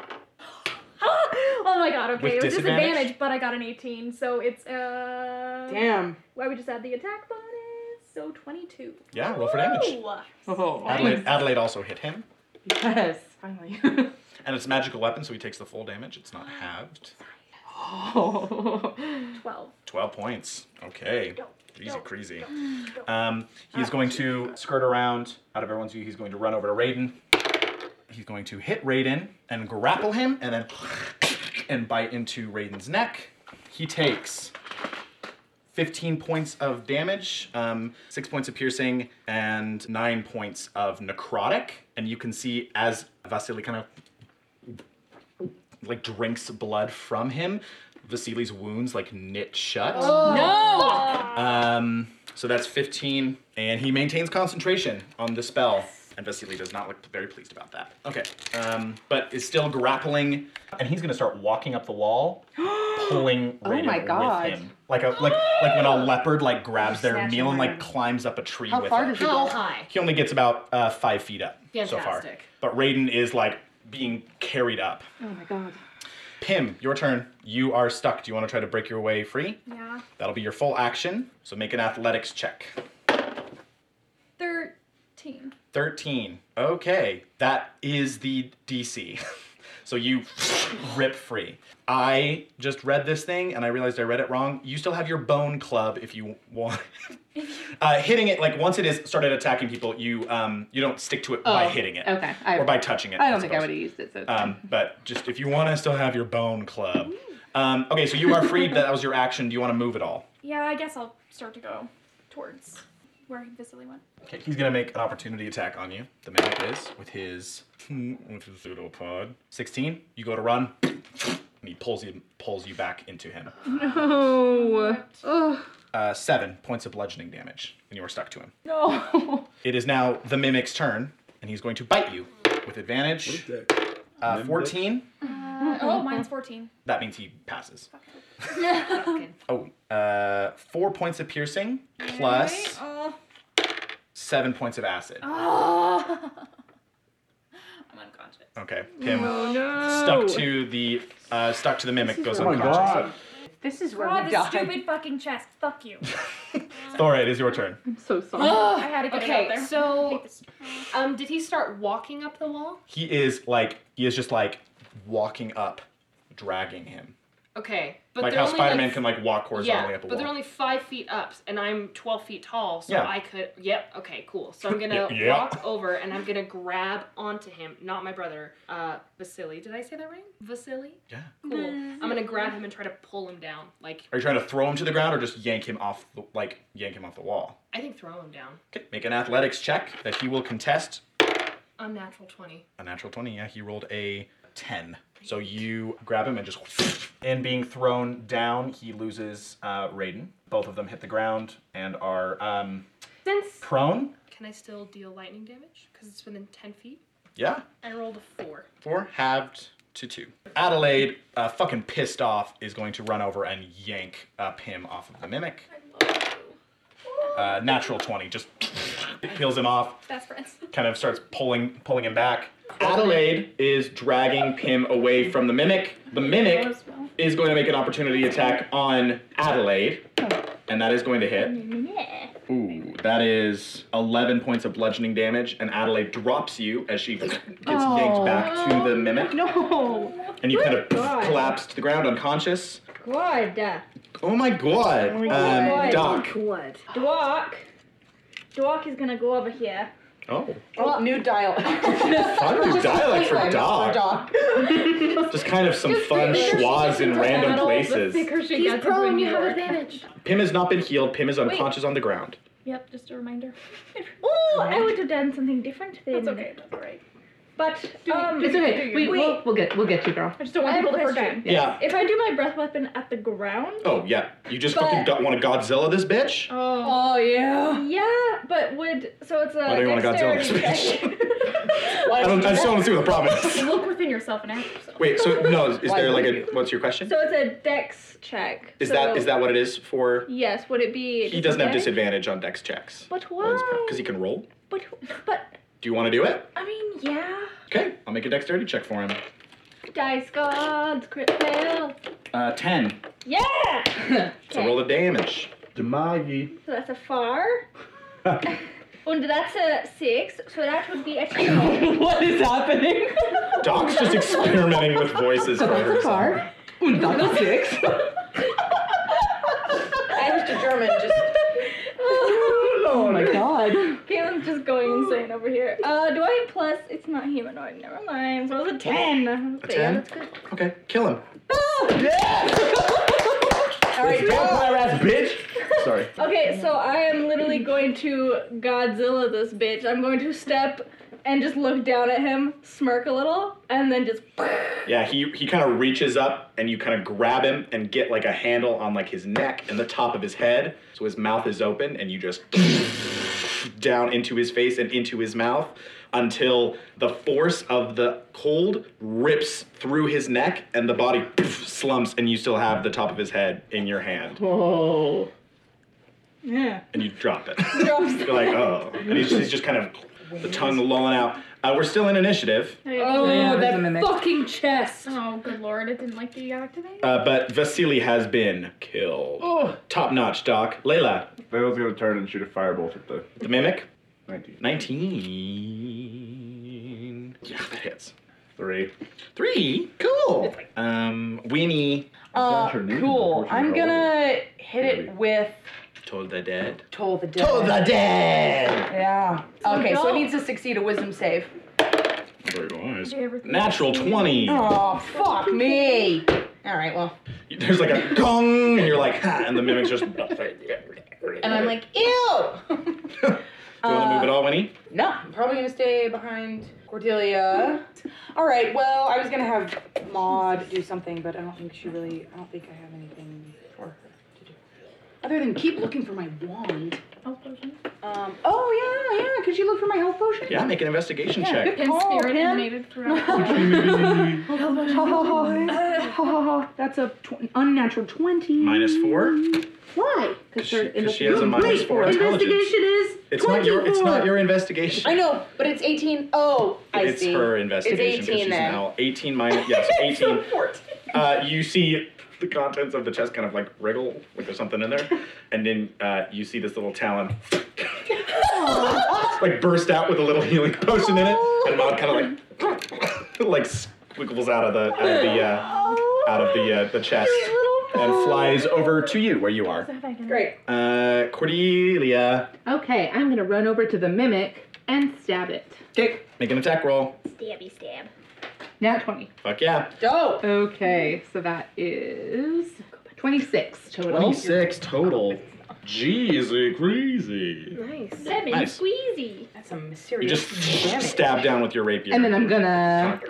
Speaker 9: oh my god, okay.
Speaker 3: With
Speaker 9: it was
Speaker 3: disadvantage?
Speaker 9: disadvantage, but I got an 18, so it's uh
Speaker 5: Damn.
Speaker 9: Why we just add the attack bonus? So 22.
Speaker 3: Yeah, roll for damage.
Speaker 9: Woo!
Speaker 4: Oh,
Speaker 3: Adelaide, Adelaide also hit him,
Speaker 4: Yes, finally.
Speaker 3: and it's a magical weapon, so he takes the full damage. It's not halved.
Speaker 4: Oh.
Speaker 9: 12.
Speaker 3: 12 points. Okay. Easy crazy. Um, he's going to skirt around. Out of everyone's view, he's going to run over to Raiden. He's going to hit Raiden and grapple him and then and bite into Raiden's neck. He takes 15 points of damage, um, 6 points of piercing, and 9 points of necrotic. And you can see as Vasily kind of like drinks blood from him, Vasili's wounds like knit shut.
Speaker 4: Oh.
Speaker 3: Um, so that's 15, and he maintains concentration on the spell. And Vasily does not look very pleased about that. Okay, um, but is still grappling, and he's gonna start walking up the wall, pulling
Speaker 4: Oh
Speaker 3: Raiden
Speaker 4: my God.
Speaker 3: with him, like a like like when a leopard like grabs their
Speaker 6: Snatching
Speaker 3: meal and
Speaker 6: Raiden.
Speaker 3: like climbs up a tree
Speaker 6: How
Speaker 3: with
Speaker 6: far
Speaker 3: him.
Speaker 6: does he How get? high?
Speaker 3: He only gets about uh, five feet up so far.
Speaker 6: Fantastic.
Speaker 3: But Raiden is like being carried up.
Speaker 4: Oh my god.
Speaker 3: Pim, your turn. You are stuck. Do you want to try to break your way free?
Speaker 9: Yeah.
Speaker 3: That'll be your full action. So make an athletics check.
Speaker 9: 13.
Speaker 3: 13. Okay, that is the DC. so you rip free. I just read this thing and I realized I read it wrong. You still have your bone club if you want. uh, hitting it like once it is started attacking people, you um you don't stick to it by
Speaker 4: Oh,
Speaker 3: hitting it.
Speaker 4: okay. I-
Speaker 3: or by touching it.
Speaker 4: I don't think I
Speaker 3: suppose.
Speaker 4: would have used it. So
Speaker 3: Um, but just if you want to still have your bone club. Um, okay, so you are freed. that was your action. Do you want to move at all?
Speaker 9: Yeah, I guess I'll start to go towards where Vasily went.
Speaker 3: Okay, he's gonna make an opportunity attack on you. The manic is with his with his pseudopod. Sixteen. You go to run, and he pulls you pulls you back into him.
Speaker 4: No. Oh,
Speaker 3: Uh, seven points of bludgeoning damage, and you are stuck to him.
Speaker 4: no. Oh,
Speaker 3: It is now the mimic's turn, and he's going to bite you with advantage. Uh,
Speaker 2: Mimic?
Speaker 3: Fourteen.
Speaker 9: Uh, oh, mine's 14.
Speaker 3: That means he passes.
Speaker 9: Fucking.
Speaker 3: Oh, uh, four points of piercing plus
Speaker 9: Oh.
Speaker 3: seven points of acid.
Speaker 9: Oh. I'm unconscious.
Speaker 3: Okay, Pim
Speaker 9: Oh,
Speaker 3: stuck to the uh, stuck to the mimic goes
Speaker 11: Oh my
Speaker 3: unconscious.
Speaker 11: god.
Speaker 5: This is
Speaker 9: God, this
Speaker 3: die.
Speaker 9: stupid fucking chest. Fuck you.
Speaker 3: Thora, it is your turn.
Speaker 4: I'm so
Speaker 9: I had to get
Speaker 6: okay,
Speaker 9: it out there. Uh,
Speaker 6: so um, did he start walking up the wall?
Speaker 3: He is like he is just like walking up, dragging him.
Speaker 6: Okay, but
Speaker 3: like
Speaker 6: they're
Speaker 3: how
Speaker 6: only
Speaker 3: Spider-Man
Speaker 6: like,
Speaker 3: can like walk horizontally
Speaker 6: yeah,
Speaker 3: up a
Speaker 6: but they're
Speaker 3: wall.
Speaker 6: only five feet up, and I'm twelve feet tall, so
Speaker 3: Yeah.
Speaker 6: I could. Yep. Okay. Cool. So I'm gonna
Speaker 3: Yeah, yeah.
Speaker 6: walk over, and I'm gonna grab onto him, not my brother, uh, Vasily. Did I say that right? Vasily.
Speaker 3: Yeah.
Speaker 6: Cool. I'm gonna grab him and try to pull him down. Like
Speaker 3: Are you trying to throw him to the ground or just yank him off the, like yank him off the wall?
Speaker 6: I think throw him down.
Speaker 3: Okay, make an athletics check that he will contest.
Speaker 6: Unnatural twenty.
Speaker 3: A natural 20. Yeah, he rolled a 10. So you grab him and just and being thrown down, he loses uh, Raiden. Both of them hit the ground and are um,
Speaker 6: Since
Speaker 3: prone.
Speaker 6: can I still deal lightning damage? Because it's within ten feet.
Speaker 3: Yeah.
Speaker 6: I rolled a four.
Speaker 3: Four halved to two. Adelaide, uh, fucking pissed off, is going to run over and yank up him off of the mimic. Uh, natural twenty, just peels him off.
Speaker 9: Best friends.
Speaker 3: Kind of starts pulling, pulling him back. Adelaide is dragging Pim away from the mimic. The mimic is going to make an opportunity attack on Adelaide, and that is going to hit. Ooh, that is 11 points of bludgeoning damage, and Adelaide drops you as she gets yanked back to the mimic.
Speaker 18: No.
Speaker 3: And you kind of
Speaker 18: God.
Speaker 3: collapse to the ground unconscious.
Speaker 18: God.
Speaker 3: Oh my god. Um, Doc.
Speaker 18: What? Dwok. Dwok is gonna go over here.
Speaker 3: Oh.
Speaker 18: Oh, new dial.
Speaker 3: new
Speaker 18: Fun
Speaker 3: dialect for Doc. Just kind of some fun schwas in random places.
Speaker 18: He's prone. You have advantage.
Speaker 3: Pim has not been healed. Pim is
Speaker 18: Wait.
Speaker 3: unconscious on the ground.
Speaker 18: Yep, just a reminder. oh, I would have done something different then. That's okay. That's all right. But um,
Speaker 4: it's okay.
Speaker 18: do
Speaker 4: We,
Speaker 18: you-
Speaker 4: we'll, we'll get we'll get you, girl.
Speaker 18: I just don't want
Speaker 4: I
Speaker 18: people to
Speaker 4: have a
Speaker 18: forget.
Speaker 4: question.
Speaker 3: Yeah.
Speaker 18: If I do my breath weapon at the ground.
Speaker 3: Oh, yeah. You just
Speaker 18: But-
Speaker 3: fucking got, want to Godzilla this bitch?
Speaker 18: Oh. yeah. Yeah, but would so it's a
Speaker 3: Why do you wanna Godzilla
Speaker 18: dexterity
Speaker 3: this
Speaker 18: check.
Speaker 3: I don't, I just don't see what the problem is.
Speaker 18: Look within yourself and ask yourself.
Speaker 3: Wait, so no, is
Speaker 18: Why
Speaker 3: there like a, what's your question?
Speaker 18: So it's a dex check.
Speaker 3: Is
Speaker 18: so,
Speaker 3: that is that what it is for?
Speaker 18: Yes, would it be?
Speaker 3: He doesn't have
Speaker 18: disadvantage?
Speaker 3: disadvantage on dex checks.
Speaker 18: But why?
Speaker 3: Because he can roll.
Speaker 18: But but
Speaker 3: Do you want to do it?
Speaker 18: I mean, yeah.
Speaker 3: Okay, I'll make a dexterity check for him.
Speaker 18: Dice gods, crit fail.
Speaker 3: Uh, 10.
Speaker 18: Yeah.
Speaker 3: So roll the damage.
Speaker 11: Damagi.
Speaker 18: So that's a far. And that's a six, so that would be a two.
Speaker 19: what is happening?
Speaker 3: Doc's just experimenting with voices for
Speaker 19: That's a
Speaker 3: herself.
Speaker 19: bar. Und dann a six.
Speaker 5: And to German, just
Speaker 19: oh my god.
Speaker 9: Caitlin's just going insane over here.
Speaker 18: Uh, do I plus? It's not humanoid. Never mind. So it's a ten.
Speaker 3: A ten? Okay, kill him.
Speaker 18: All right,
Speaker 3: Vampire ass bitch. Sorry.
Speaker 18: Okay, so I am literally going to Godzilla this bitch. I'm going to step and just look down at him, smirk a little, and then just.
Speaker 3: Yeah, he he kind of reaches up and you kind of grab him and get like a handle on like his neck and the top of his head, so his mouth is open and you just down into his face and into his mouth until the force of the cold rips through his neck and the body slumps and you still have the top of his head in your hand
Speaker 19: Oh.
Speaker 18: Yeah.
Speaker 3: and you drop it. You're like, oh, and he's, he's just kind of the tongue lolling out. Uh, we're still in initiative.
Speaker 19: Oh, Yeah, that there's a mimic.
Speaker 9: fucking chest.
Speaker 8: Oh, good lord, it didn't like deactivate.
Speaker 3: Uh, but Vasily has been killed.
Speaker 8: Oh.
Speaker 3: Top notch, Doc. Layla.
Speaker 11: Layla's gonna turn and shoot a firebolt at the
Speaker 3: The mimic?
Speaker 11: 19.
Speaker 3: 19. Yeah, that hits.
Speaker 11: Three.
Speaker 3: Three? Cool. Um, Winnie.
Speaker 5: uh, cool. I'm gonna hit it with
Speaker 3: Told the dead.
Speaker 5: Toll the Dead.
Speaker 3: Toll the Dead!
Speaker 5: Yeah. Okay, so it
Speaker 3: No.
Speaker 5: needs to succeed a wisdom save.
Speaker 3: Natural 20.
Speaker 5: Oh, fuck me. All right, well.
Speaker 3: There's like a gong, and you're like, ha, and the mimic's just. Do you want
Speaker 5: And I'm like, uh, ew!
Speaker 3: to move at all, Winnie?
Speaker 5: No, I'm probably gonna stay behind Cordelia. All right, well, I was gonna have Maud do something, but I don't think she really. I don't think I have anything for her to do. Other than keep looking for my wand.
Speaker 9: Oh,
Speaker 5: Um, oh yeah, yeah. Could you look for my health potion?
Speaker 3: Yeah, make an investigation
Speaker 5: Yeah,
Speaker 3: check.
Speaker 5: Good call,
Speaker 9: spirit
Speaker 5: man.
Speaker 9: animated throughout.
Speaker 5: That's a tw- unnatural twenty.
Speaker 3: Minus four.
Speaker 5: Why? Because
Speaker 3: Because she has a minus four intelligence.
Speaker 5: Investigation is.
Speaker 3: It's not your. It's not
Speaker 5: 24.
Speaker 3: your investigation.
Speaker 5: I know, but it's eighteen. Oh, I
Speaker 3: it's
Speaker 5: see.
Speaker 3: her investigation.
Speaker 5: It's
Speaker 3: 'cause
Speaker 5: eighteen
Speaker 3: she's
Speaker 5: then.
Speaker 3: now 18 minus, yes, 18. uh, you see the contents of the chest kind of like wriggle, like there's something in there. And then uh, you see this little talon like burst out with a little healing potion in it. And Maud kind of like, like squiggles out of the, out of the, uh, out of the, uh, the chest. And flies over to you where you are.
Speaker 5: Great.
Speaker 3: Uh, Cordelia,
Speaker 4: Okay, I'm gonna run over to the mimic and stab it.
Speaker 3: okay, make an attack roll.
Speaker 18: Stabby stab.
Speaker 4: Now 20.
Speaker 3: Fuck yeah.
Speaker 5: Dope.
Speaker 4: Okay, so that is 26 total.
Speaker 3: 26 total. Jeezy crazy.
Speaker 5: Nice.
Speaker 18: Seven
Speaker 3: Nice.
Speaker 18: squeezy.
Speaker 5: That's a
Speaker 3: You
Speaker 5: mysterious.
Speaker 3: just stab down with your rapier.
Speaker 4: And then I'm gonna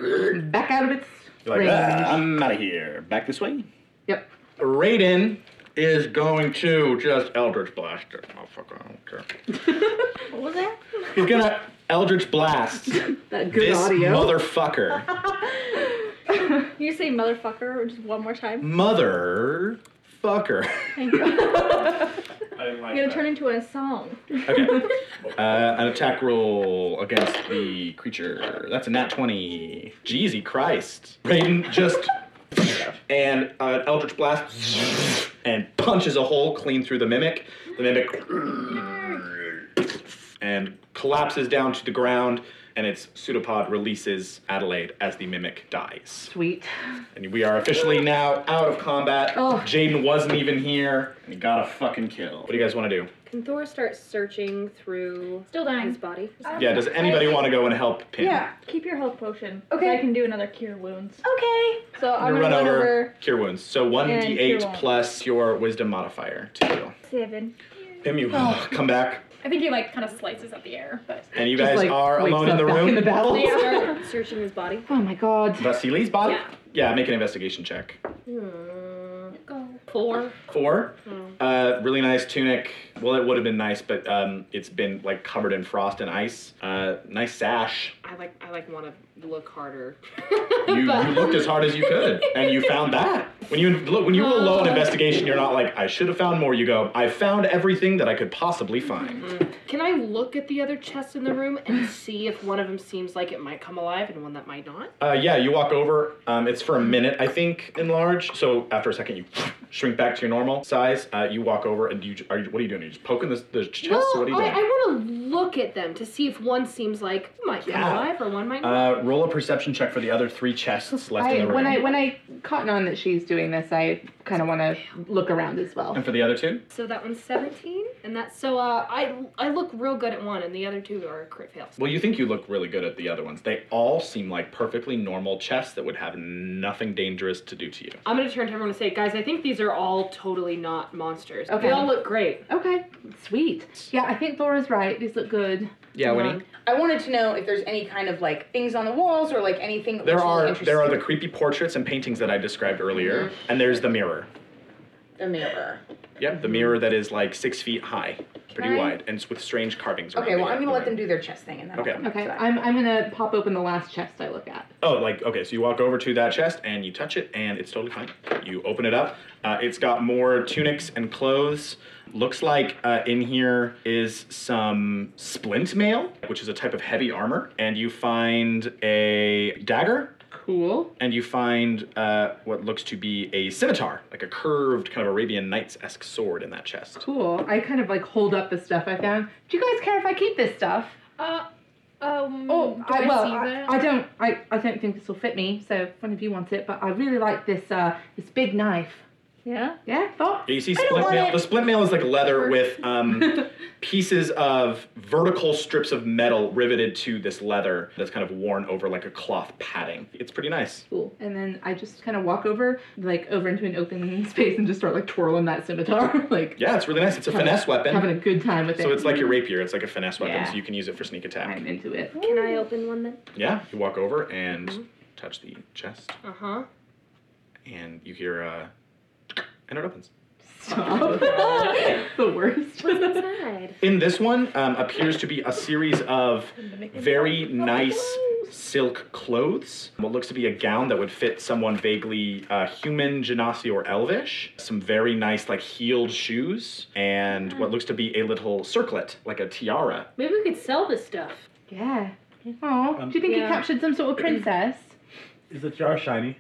Speaker 4: back out of its
Speaker 3: You're like,
Speaker 4: range.
Speaker 3: "Ah, I'm out of here. Back this way.
Speaker 4: Yep.
Speaker 3: Raiden is going to just Eldritch Blast it. Motherfucker, I don't care.
Speaker 18: What was that?
Speaker 3: He's gonna Eldritch Blast
Speaker 4: That good
Speaker 3: this
Speaker 4: audio.
Speaker 3: motherfucker.
Speaker 18: you say motherfucker just one more time.
Speaker 3: Motherfucker.
Speaker 18: Thank you. I'm
Speaker 3: I didn't
Speaker 18: gonna turn into a song.
Speaker 3: Okay. Uh, an attack roll against the creature. That's a nat 20. Jeezy Christ. Raiden just. and uh, an Eldritch Blast. and punches a hole clean through the mimic. The mimic. and collapses down to the ground. And its pseudopod releases Adelaide as the mimic dies.
Speaker 4: Sweet.
Speaker 3: And we are officially now out of combat. Jaden wasn't even here. And he got a fucking kill. What do you guys want to do?
Speaker 6: Can Thor start searching through
Speaker 9: Still dying.
Speaker 6: his body?
Speaker 3: Yeah, does anybody want to go and help Pin?
Speaker 9: Yeah, keep your health potion.
Speaker 18: Okay.
Speaker 9: I can do another cure wounds.
Speaker 18: Okay. So
Speaker 3: I'm
Speaker 18: I'm gonna
Speaker 3: gonna run
Speaker 18: run
Speaker 3: over,
Speaker 18: over
Speaker 3: cure wounds. So one
Speaker 18: And
Speaker 3: d
Speaker 18: cure
Speaker 3: eight
Speaker 18: wounds.
Speaker 3: plus your wisdom modifier to heal.
Speaker 18: seven.
Speaker 3: Pim, you
Speaker 4: Oh.
Speaker 3: come back,
Speaker 9: I think he like kind of slices at the air, but
Speaker 3: and you
Speaker 4: Just,
Speaker 3: guys
Speaker 4: like,
Speaker 3: are
Speaker 4: wakes
Speaker 3: alone in
Speaker 4: up
Speaker 3: the
Speaker 4: back
Speaker 3: room.
Speaker 4: in the battle.
Speaker 6: They start searching his body.
Speaker 4: Oh my god.
Speaker 3: Vasily's body. Yeah. make an investigation check.
Speaker 6: Go. Four.
Speaker 3: Four.
Speaker 9: Mm.
Speaker 3: Uh, really nice tunic. Well, it would have been nice, but um, it's been like covered in frost and ice. Uh, nice sash.
Speaker 6: I like I like want to look harder.
Speaker 3: You, you looked as hard as you could, and you found that. When you lo- when you roll low on
Speaker 4: Oh.
Speaker 3: investigation, you're not like I should have found more. You go, I found everything that I could possibly find.
Speaker 6: Can I look at the other chests in the room and see if one of them seems like it might come alive and one that might not?
Speaker 3: Uh, yeah, you walk over. Um, it's for a minute, I think, enlarge. So after a second, you shrink back to your normal size. Uh, you walk over and you, are you, what are you doing? Are you just poking the, the chest?
Speaker 6: well,
Speaker 3: or what are you doing?
Speaker 6: I, I want to look at them to see if one seems like it might come
Speaker 3: Yeah.
Speaker 6: alive or one might not.
Speaker 3: Uh, roll a perception check for the other three chests left
Speaker 4: I,
Speaker 3: in the room.
Speaker 4: when I when I caught on that she's doing this, I kind of want to look around as well.
Speaker 3: and for the other two?
Speaker 6: So that one's 17, and that's so uh, I I look real good at one, and the other two are crit fails.
Speaker 3: Well, you think you look really good at the other ones. They all seem like perfectly normal chests that would have nothing dangerous to do to you.
Speaker 6: I'm gonna turn to everyone and say, guys, I think these are all totally not monsters.
Speaker 4: Okay.
Speaker 6: They all look great.
Speaker 4: Okay, sweet. Yeah, I think Laura's right. These look good.
Speaker 3: Yeah, Winnie?
Speaker 5: I wanted to know if there's any kind of like things on the walls or like anything. that
Speaker 3: There
Speaker 5: was really
Speaker 3: are
Speaker 5: interesting. Mm-hmm.
Speaker 3: there are the creepy portraits and paintings that I described earlier, and there's the mirror.
Speaker 5: the mirror.
Speaker 3: Yep, the mirror that is like six feet high, pretty
Speaker 5: Can I-
Speaker 3: wide, and it's with strange carvings.
Speaker 5: Okay,
Speaker 3: around
Speaker 5: well
Speaker 3: it.
Speaker 5: I'm gonna let them do their chest thing and then. I'll
Speaker 3: Okay.
Speaker 5: come back
Speaker 4: Okay,
Speaker 5: to that.
Speaker 4: I'm I'm gonna pop open the last chest I look at.
Speaker 3: Oh, like okay, so you walk over to that chest and you touch it, and it's totally fine. You open it up. Uh, it's got more tunics and clothes. Looks like uh, in here is some splint mail, which is a type of heavy armor, and you find a dagger.
Speaker 4: Cool.
Speaker 3: And you find uh, what looks to be a scimitar, like a curved kind of Arabian Knights esque sword in that chest.
Speaker 4: Cool. I kind of like hold up the stuff I found. Do you guys care if I keep this stuff?
Speaker 9: Uh, um.
Speaker 4: Oh,
Speaker 9: do
Speaker 4: I,
Speaker 9: I
Speaker 4: well,
Speaker 9: see
Speaker 4: I,
Speaker 9: that?
Speaker 4: I don't. I, I don't think this will fit me. So if one of you wants it, but I really like this uh this big knife.
Speaker 9: Yeah.
Speaker 4: Yeah. Thought.
Speaker 3: Yeah, you see
Speaker 4: I don't
Speaker 3: split
Speaker 4: want
Speaker 3: mail.
Speaker 4: it.
Speaker 3: The split mail is like leather with um, pieces of vertical strips of metal riveted to this leather that's kind of worn over like a cloth padding. It's pretty nice.
Speaker 4: Cool. And then I just kind of walk over, like over into an open space, and just start like twirling that scimitar, like
Speaker 3: Yeah, it's really nice. It's a
Speaker 4: having-
Speaker 3: finesse weapon.
Speaker 4: having a good time with it.
Speaker 3: So it's like your rapier. It's like a finesse weapon,
Speaker 4: Yeah.
Speaker 3: so you can use it for sneak attack.
Speaker 4: I'm into it.
Speaker 6: Can I open one then?
Speaker 3: Yeah, you walk over and
Speaker 4: Mm-hmm.
Speaker 3: touch the chest,
Speaker 6: Uh huh.
Speaker 3: and you hear, uh, and it opens.
Speaker 4: Stop. the worst.
Speaker 6: What's inside?
Speaker 3: In this one um, appears to be a series of very nice silk clothes. What looks to be a gown that would fit someone vaguely uh, human, genasi, or elvish. Some very nice, like heeled shoes, and what looks to be a little circlet, like a tiara.
Speaker 6: Maybe we could sell this stuff.
Speaker 4: Yeah. Oh,
Speaker 3: Um,
Speaker 4: do you think
Speaker 6: Yeah.
Speaker 4: he captured some sort of princess?
Speaker 11: Is the jar shiny?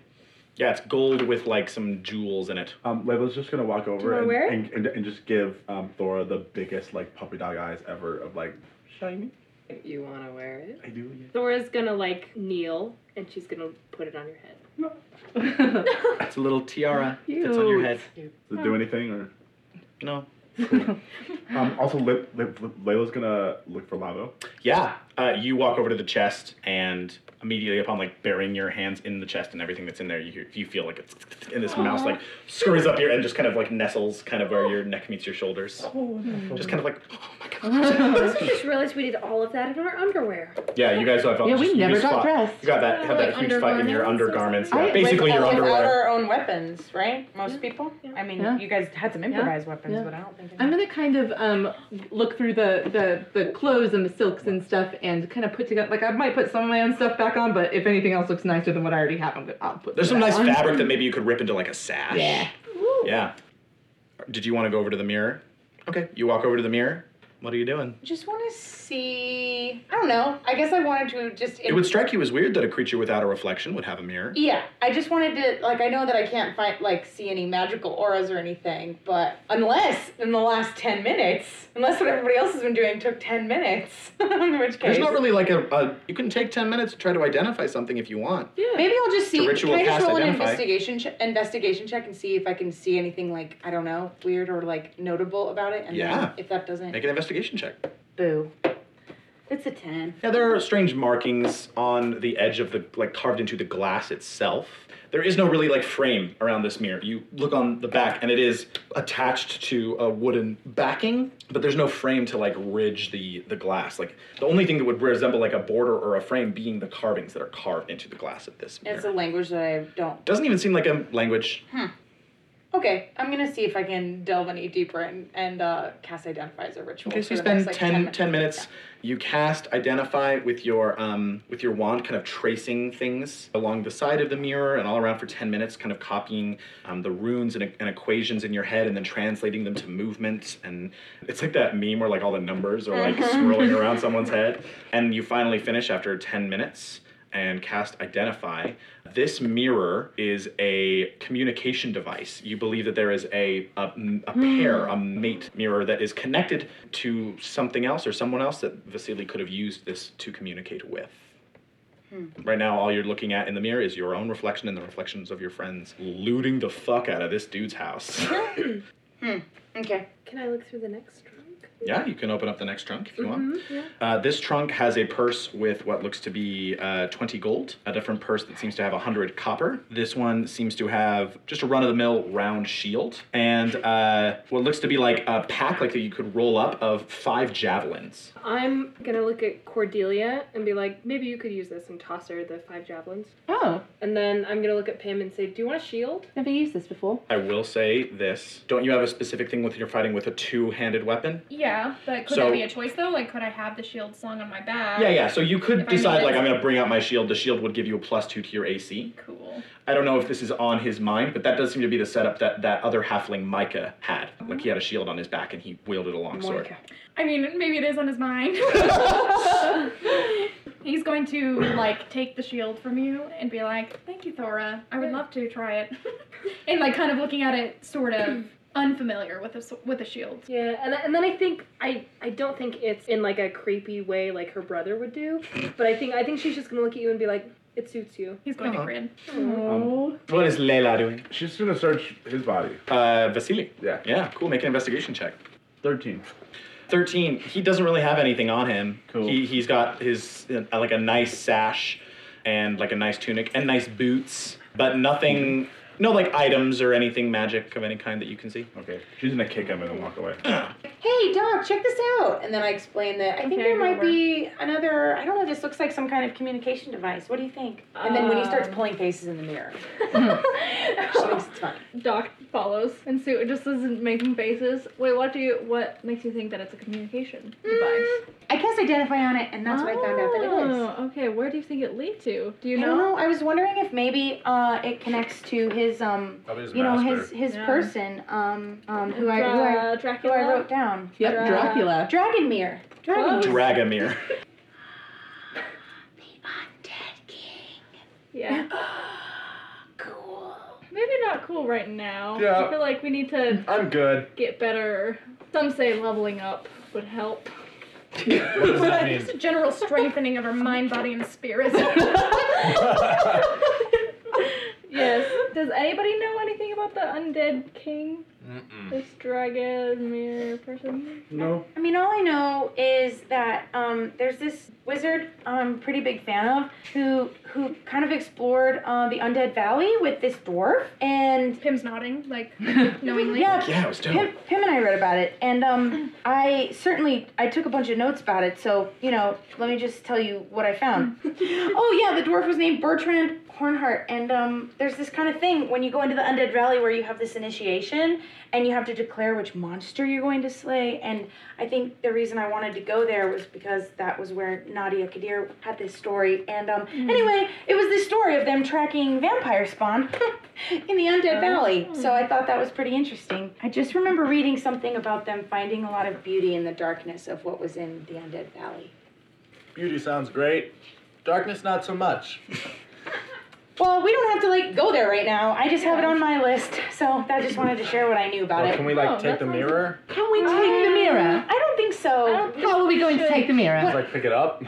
Speaker 3: Yeah, it's gold with like some jewels in it.
Speaker 11: Um, Layla's just gonna walk
Speaker 3: you
Speaker 11: over
Speaker 3: wanna
Speaker 11: and,
Speaker 3: wear it?
Speaker 11: and, and and just give um Thora the biggest like puppy dog eyes ever of like shiny.
Speaker 6: You want to wear it?
Speaker 11: I do. Yeah.
Speaker 6: Thora's gonna like kneel, and she's gonna put it on your head.
Speaker 3: It's a little tiara. It's on your head.
Speaker 11: Does it do anything or?
Speaker 3: No.
Speaker 11: Um, also, Lay- Lay- Layla's gonna look for Lavo.
Speaker 3: Yeah. Uh, you walk over to the chest, and immediately upon like burying your hands in the chest and everything that's in there, you hear- you feel like it's and this mouse like scurries up here and just kind of like nestles kind of where your neck meets your shoulders.
Speaker 15: Oh,
Speaker 3: Just kind of like oh
Speaker 15: I also just realized we did all of that in our underwear.
Speaker 3: yeah, you guys have
Speaker 15: Yeah, we
Speaker 3: you
Speaker 15: never
Speaker 3: just
Speaker 15: got
Speaker 3: fought-
Speaker 15: dressed.
Speaker 3: You got that had that
Speaker 5: Like
Speaker 3: huge fight in your undergarments.
Speaker 5: I-
Speaker 3: Yeah,
Speaker 5: with-
Speaker 3: basically your
Speaker 5: without
Speaker 3: underwear.
Speaker 5: our own weapons, right? Most people. I mean,
Speaker 4: Yeah.
Speaker 5: you guys had some
Speaker 4: Yeah.
Speaker 5: improvised weapons,
Speaker 4: Yeah.
Speaker 5: but I don't think.
Speaker 4: I'm gonna kind of um, look through the, the the clothes and the silks and stuff, and kind of put together. Like I might put some of my own stuff back on, but if anything else looks nicer than what I already have, I'm gonna I'll put.
Speaker 3: There's some
Speaker 4: that
Speaker 3: nice
Speaker 4: on.
Speaker 3: fabric that maybe you could rip into like a sash.
Speaker 4: Yeah.
Speaker 3: Yeah. Did you want to go over to the mirror? Okay. You walk over to the mirror. What are you doing?
Speaker 5: Just want to see. I don't know. I guess I wanted to just.
Speaker 3: It would strike you as weird that a creature without a reflection would have a mirror.
Speaker 5: Yeah, I just wanted to like I know that I can't find like see any magical auras or anything, but unless in the last ten minutes, unless what everybody else has been doing took ten minutes, in which case
Speaker 3: There's not really like a, a. You can take 10 minutes to try to identify something if you want.
Speaker 5: Maybe I'll just
Speaker 3: To
Speaker 5: see.
Speaker 3: ritual
Speaker 5: can I just
Speaker 3: cast
Speaker 5: roll an
Speaker 3: identify.
Speaker 5: investigation che- investigation check and see if I can see anything like I don't know weird or like notable about it? And
Speaker 3: Yeah.
Speaker 5: Then if that doesn't,
Speaker 3: Make an investigation check.
Speaker 5: boo. It's a ten.
Speaker 3: Yeah, there are strange markings on the edge of the, like carved into the glass itself. There is no really like frame around this mirror. You look on the back and it is attached to a wooden backing, but there's no frame to like ridge the the glass. Like the only thing that would resemble like a border or a frame being the carvings that are carved into the glass of this mirror.
Speaker 5: It's a language that I don't.
Speaker 3: Doesn't even seem like a language.
Speaker 5: Hmm.
Speaker 4: Okay, I'm gonna see if I can delve any deeper and, and uh, cast identify as a ritual.
Speaker 3: Okay, so you
Speaker 4: for the next,
Speaker 3: spend 10,
Speaker 4: like,
Speaker 3: 10 minutes. You cast identify with your um, with your wand, kind of tracing things along the side of the mirror and all around for ten minutes, kind of copying um, the runes and, and equations in your head, and then translating them to movements. And it's like that meme where like all the numbers are like
Speaker 4: Mm-hmm.
Speaker 14: Mhm.
Speaker 3: swirling around someone's head. And you finally finish after ten minutes and cast identify. This mirror is a communication device. You believe that there is a a, a pair, a mate mirror that is connected to something else or someone else that Vasily could have used this to communicate with.
Speaker 5: Hmm.
Speaker 3: Right now, all you're looking at in the mirror is your own reflection and the reflections of your friends, looting the fuck out of this dude's house.
Speaker 5: Hmm. Okay.
Speaker 16: Can I look through the next trunk?
Speaker 3: yeah, you can open up the next trunk if you want.
Speaker 16: Mhm,
Speaker 9: Mm-hmm,
Speaker 16: yeah.
Speaker 3: Uh, this trunk has a purse with what looks to be uh, 20 gold, a different purse that seems to have 100 copper. This one seems to have just a run of the mill round shield, and uh, what looks to be like a pack like that you could roll up of five javelins.
Speaker 16: I'm gonna look at Cordelia and be like, maybe you could use this and toss her the five javelins.
Speaker 4: Oh,
Speaker 16: And then I'm gonna look at Pim and say, do you want a shield?
Speaker 4: never used this before.
Speaker 3: I will say this don't you have a specific thing with you're fighting with a two handed weapon?
Speaker 9: Yeah, but could
Speaker 3: So-
Speaker 9: that be a choice though? Like, could I have the shield slung on my back?
Speaker 3: Yeah, yeah. So you could
Speaker 9: If I
Speaker 3: decide,
Speaker 9: needed-
Speaker 3: like, I'm going to bring out my shield. The shield would give you a plus two to your AC.
Speaker 9: Cool.
Speaker 3: I don't know if this is on his mind, but that does seem to be the setup that that other halfling Micah had. Like he had a shield on his back and he wielded a long sword.
Speaker 9: I mean, maybe it is on his mind. He's going to like take the shield from you and be like, "Thank you, Thora. I would love to try it." and like kind of looking at it, sort of unfamiliar with a s- with a shield.
Speaker 16: Yeah, and, and then I think I I don't think it's in like a creepy way like her brother would do, but I think I think she's just gonna look at you and be like, it suits you.
Speaker 9: He's
Speaker 16: going
Speaker 3: Uh-huh.
Speaker 16: to grin.
Speaker 3: What is Leila doing?
Speaker 11: She's gonna search his body.
Speaker 3: Uh, Vasily.
Speaker 11: Yeah.
Speaker 3: Yeah, cool. Make an investigation check.
Speaker 11: 13.
Speaker 3: 13. He doesn't really have anything on him. Cool. He, he's got his, uh, like, a nice sash and, like, a nice tunic and nice boots, but nothing, no, like, items or anything magic of any kind that you can see.
Speaker 11: Okay. She's gonna kick him and then walk away.
Speaker 5: hey dog check this out and then i explain that i think
Speaker 16: Okay,
Speaker 5: there might
Speaker 16: Wilbur.
Speaker 5: be another i don't know this looks like some kind of communication device what do you think and then when he starts
Speaker 9: Um.
Speaker 5: pulling faces in the mirror she thinks it's funny
Speaker 9: Doc follows, and Sue just isn't making faces. Wait, what do you? What makes you think that it's a communication
Speaker 4: Mm,
Speaker 9: device?
Speaker 5: i cast identify on it and that's what i found out that it is
Speaker 9: Oh, okay. Where do you think it lead to? Do you
Speaker 5: I
Speaker 9: know?
Speaker 5: don't know. I was wondering if maybe uh, it connects to his, um,
Speaker 14: Probably his
Speaker 5: you know, his
Speaker 14: master.
Speaker 5: his
Speaker 9: Yeah.
Speaker 5: person, um, um, who I who I,
Speaker 9: Dra-
Speaker 5: who I wrote down.
Speaker 9: Yep, Dra- Dracula.
Speaker 5: Dragonmere. Dragonmere.
Speaker 9: Close.
Speaker 3: Dragomir.
Speaker 9: Yeah. cool. Maybe not cool right now.
Speaker 11: Yeah.
Speaker 9: I feel like we need to
Speaker 11: I'm good.
Speaker 9: get better. Some say leveling up would help.
Speaker 11: What does that mean?
Speaker 9: Just a general strengthening of our mind, body, and spirit. yes. Does anybody know anything about the undead king? This dragon mirror person?
Speaker 11: No.
Speaker 5: I mean, all I know is that um, there's this wizard I'm pretty big fan of who who kind of explored uh, the undead valley with this dwarf and
Speaker 9: Pim's nodding like knowingly.
Speaker 5: yeah,
Speaker 3: Yeah, it was dope.
Speaker 5: Pim, Pim and I read about it, and um, I certainly I took a bunch of notes about it. So you know, let me just tell you what I found. oh yeah, the dwarf was named Bertrand Hornhart, and um, there's this kind of thing when you go into the undead valley where you have this initiation and you have to declare which monster you're going to slay. And I think the reason I wanted to go there was because that was where Nadia Kadir had this story. And um, anyway, it was this story of them tracking vampire spawn in the undead valley. So I thought that was pretty interesting. I just remember reading something about them finding a lot of beauty in the darkness of what was in the undead valley.
Speaker 14: Beauty sounds great. Darkness, not so much.
Speaker 5: Well, we don't have to like go there right now. I just have it on my list, so I just wanted to share what I knew about
Speaker 14: Well,
Speaker 5: it.
Speaker 14: can we like take the mirror?
Speaker 5: Can we
Speaker 4: take the mirror?
Speaker 5: I don't think so.
Speaker 4: How are we going to take the mirror?
Speaker 11: Just like pick it up.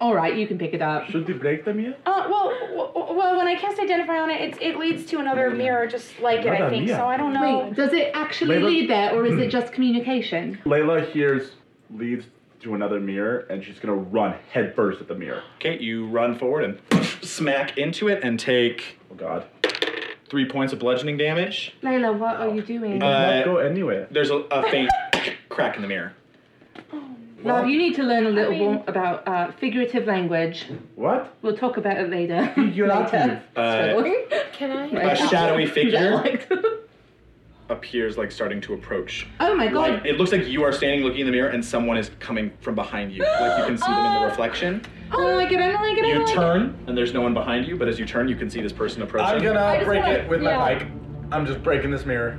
Speaker 4: All right, you can pick it up.
Speaker 11: Should we break them here?
Speaker 5: Uh, well, w- w- well, when I cast identify on it, it's, it leads to another mirror just like it, I
Speaker 11: Another
Speaker 5: think.
Speaker 11: mirror.
Speaker 5: So I don't know.
Speaker 4: Wait, does it actually
Speaker 11: Labor-
Speaker 4: lead there, or is
Speaker 3: Hmm.
Speaker 4: it just communication?
Speaker 11: Layla hears leads to another mirror and she's gonna run headfirst at the mirror.
Speaker 3: Okay, you run forward and smack into it and take.
Speaker 11: Oh God.
Speaker 3: Three points of bludgeoning damage.
Speaker 4: Layla, what are you doing?
Speaker 3: Uh,
Speaker 11: Not go anywhere.
Speaker 3: There's a, a faint crack in the mirror.
Speaker 4: Rob, you need to learn a little
Speaker 9: mean-
Speaker 4: more about uh, figurative language.
Speaker 11: What?
Speaker 4: We'll talk about it later.
Speaker 11: Figurative.
Speaker 4: later.
Speaker 3: Uh,
Speaker 4: Sorry.
Speaker 16: Can I?
Speaker 3: a shadowy figure appears like starting to approach.
Speaker 4: Oh my god.
Speaker 3: Like, it looks like you are standing looking in the mirror and someone is coming from behind you. like you can see them in
Speaker 9: Oh.
Speaker 3: the reflection.
Speaker 4: Oh, I don't like it. I don't like it. I
Speaker 3: You
Speaker 4: don't like
Speaker 3: turn and there's no one behind you, but as you turn, you can see this person approaching.
Speaker 2: I'm gonna break
Speaker 4: wanna-
Speaker 2: it with my
Speaker 4: yeah.
Speaker 2: bike. I'm just breaking this mirror.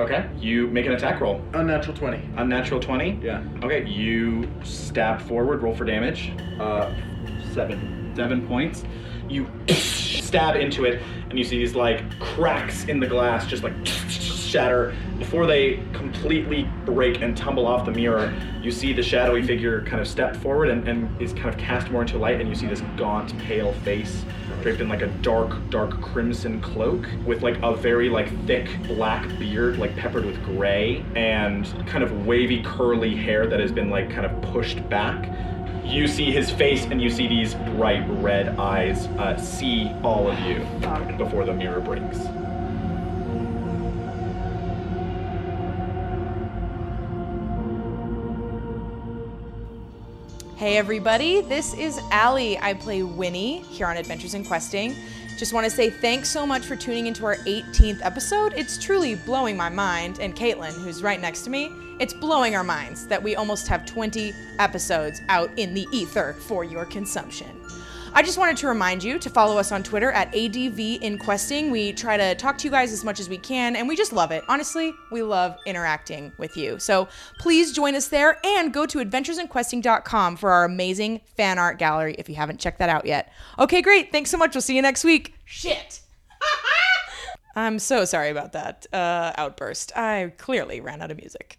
Speaker 3: Okay, you make an attack roll.
Speaker 2: Unnatural 20.
Speaker 3: Unnatural 20?
Speaker 2: Yeah.
Speaker 3: Okay, you stab forward, roll for damage. Uh, seven. Seven points. You stab into it, and you see these like cracks in the glass just like shatter. Before they completely break and tumble off the mirror, you see the shadowy figure kind of step forward and, and is kind of cast more into light, and you see this gaunt, pale face draped in like a dark, dark crimson cloak with like a very like thick black beard, like peppered with gray, and kind of wavy, curly hair that has been like kind of pushed back. You see his face, and you see these bright red eyes uh, see all of you before the mirror breaks.
Speaker 5: Hey everybody, this is Allie. I play Winnie here on Adventures in Questing. Just want to say thanks so much for tuning into our 18th episode. It's truly blowing my mind, and Caitlin, who's right next to me, it's blowing our minds that we almost have 20 episodes out in the ether for your consumption. I just wanted to remind you to follow us on Twitter at ADV Inquesting. We try to talk to you guys as much as we can, and we just love it. Honestly, we love interacting with you. So please join us there and go to adventuresinquesting.com for our amazing fan art gallery if you haven't checked that out yet. Okay, great. Thanks so much. We'll see you next week. Shit. I'm so sorry about that uh, outburst. I clearly ran out of music.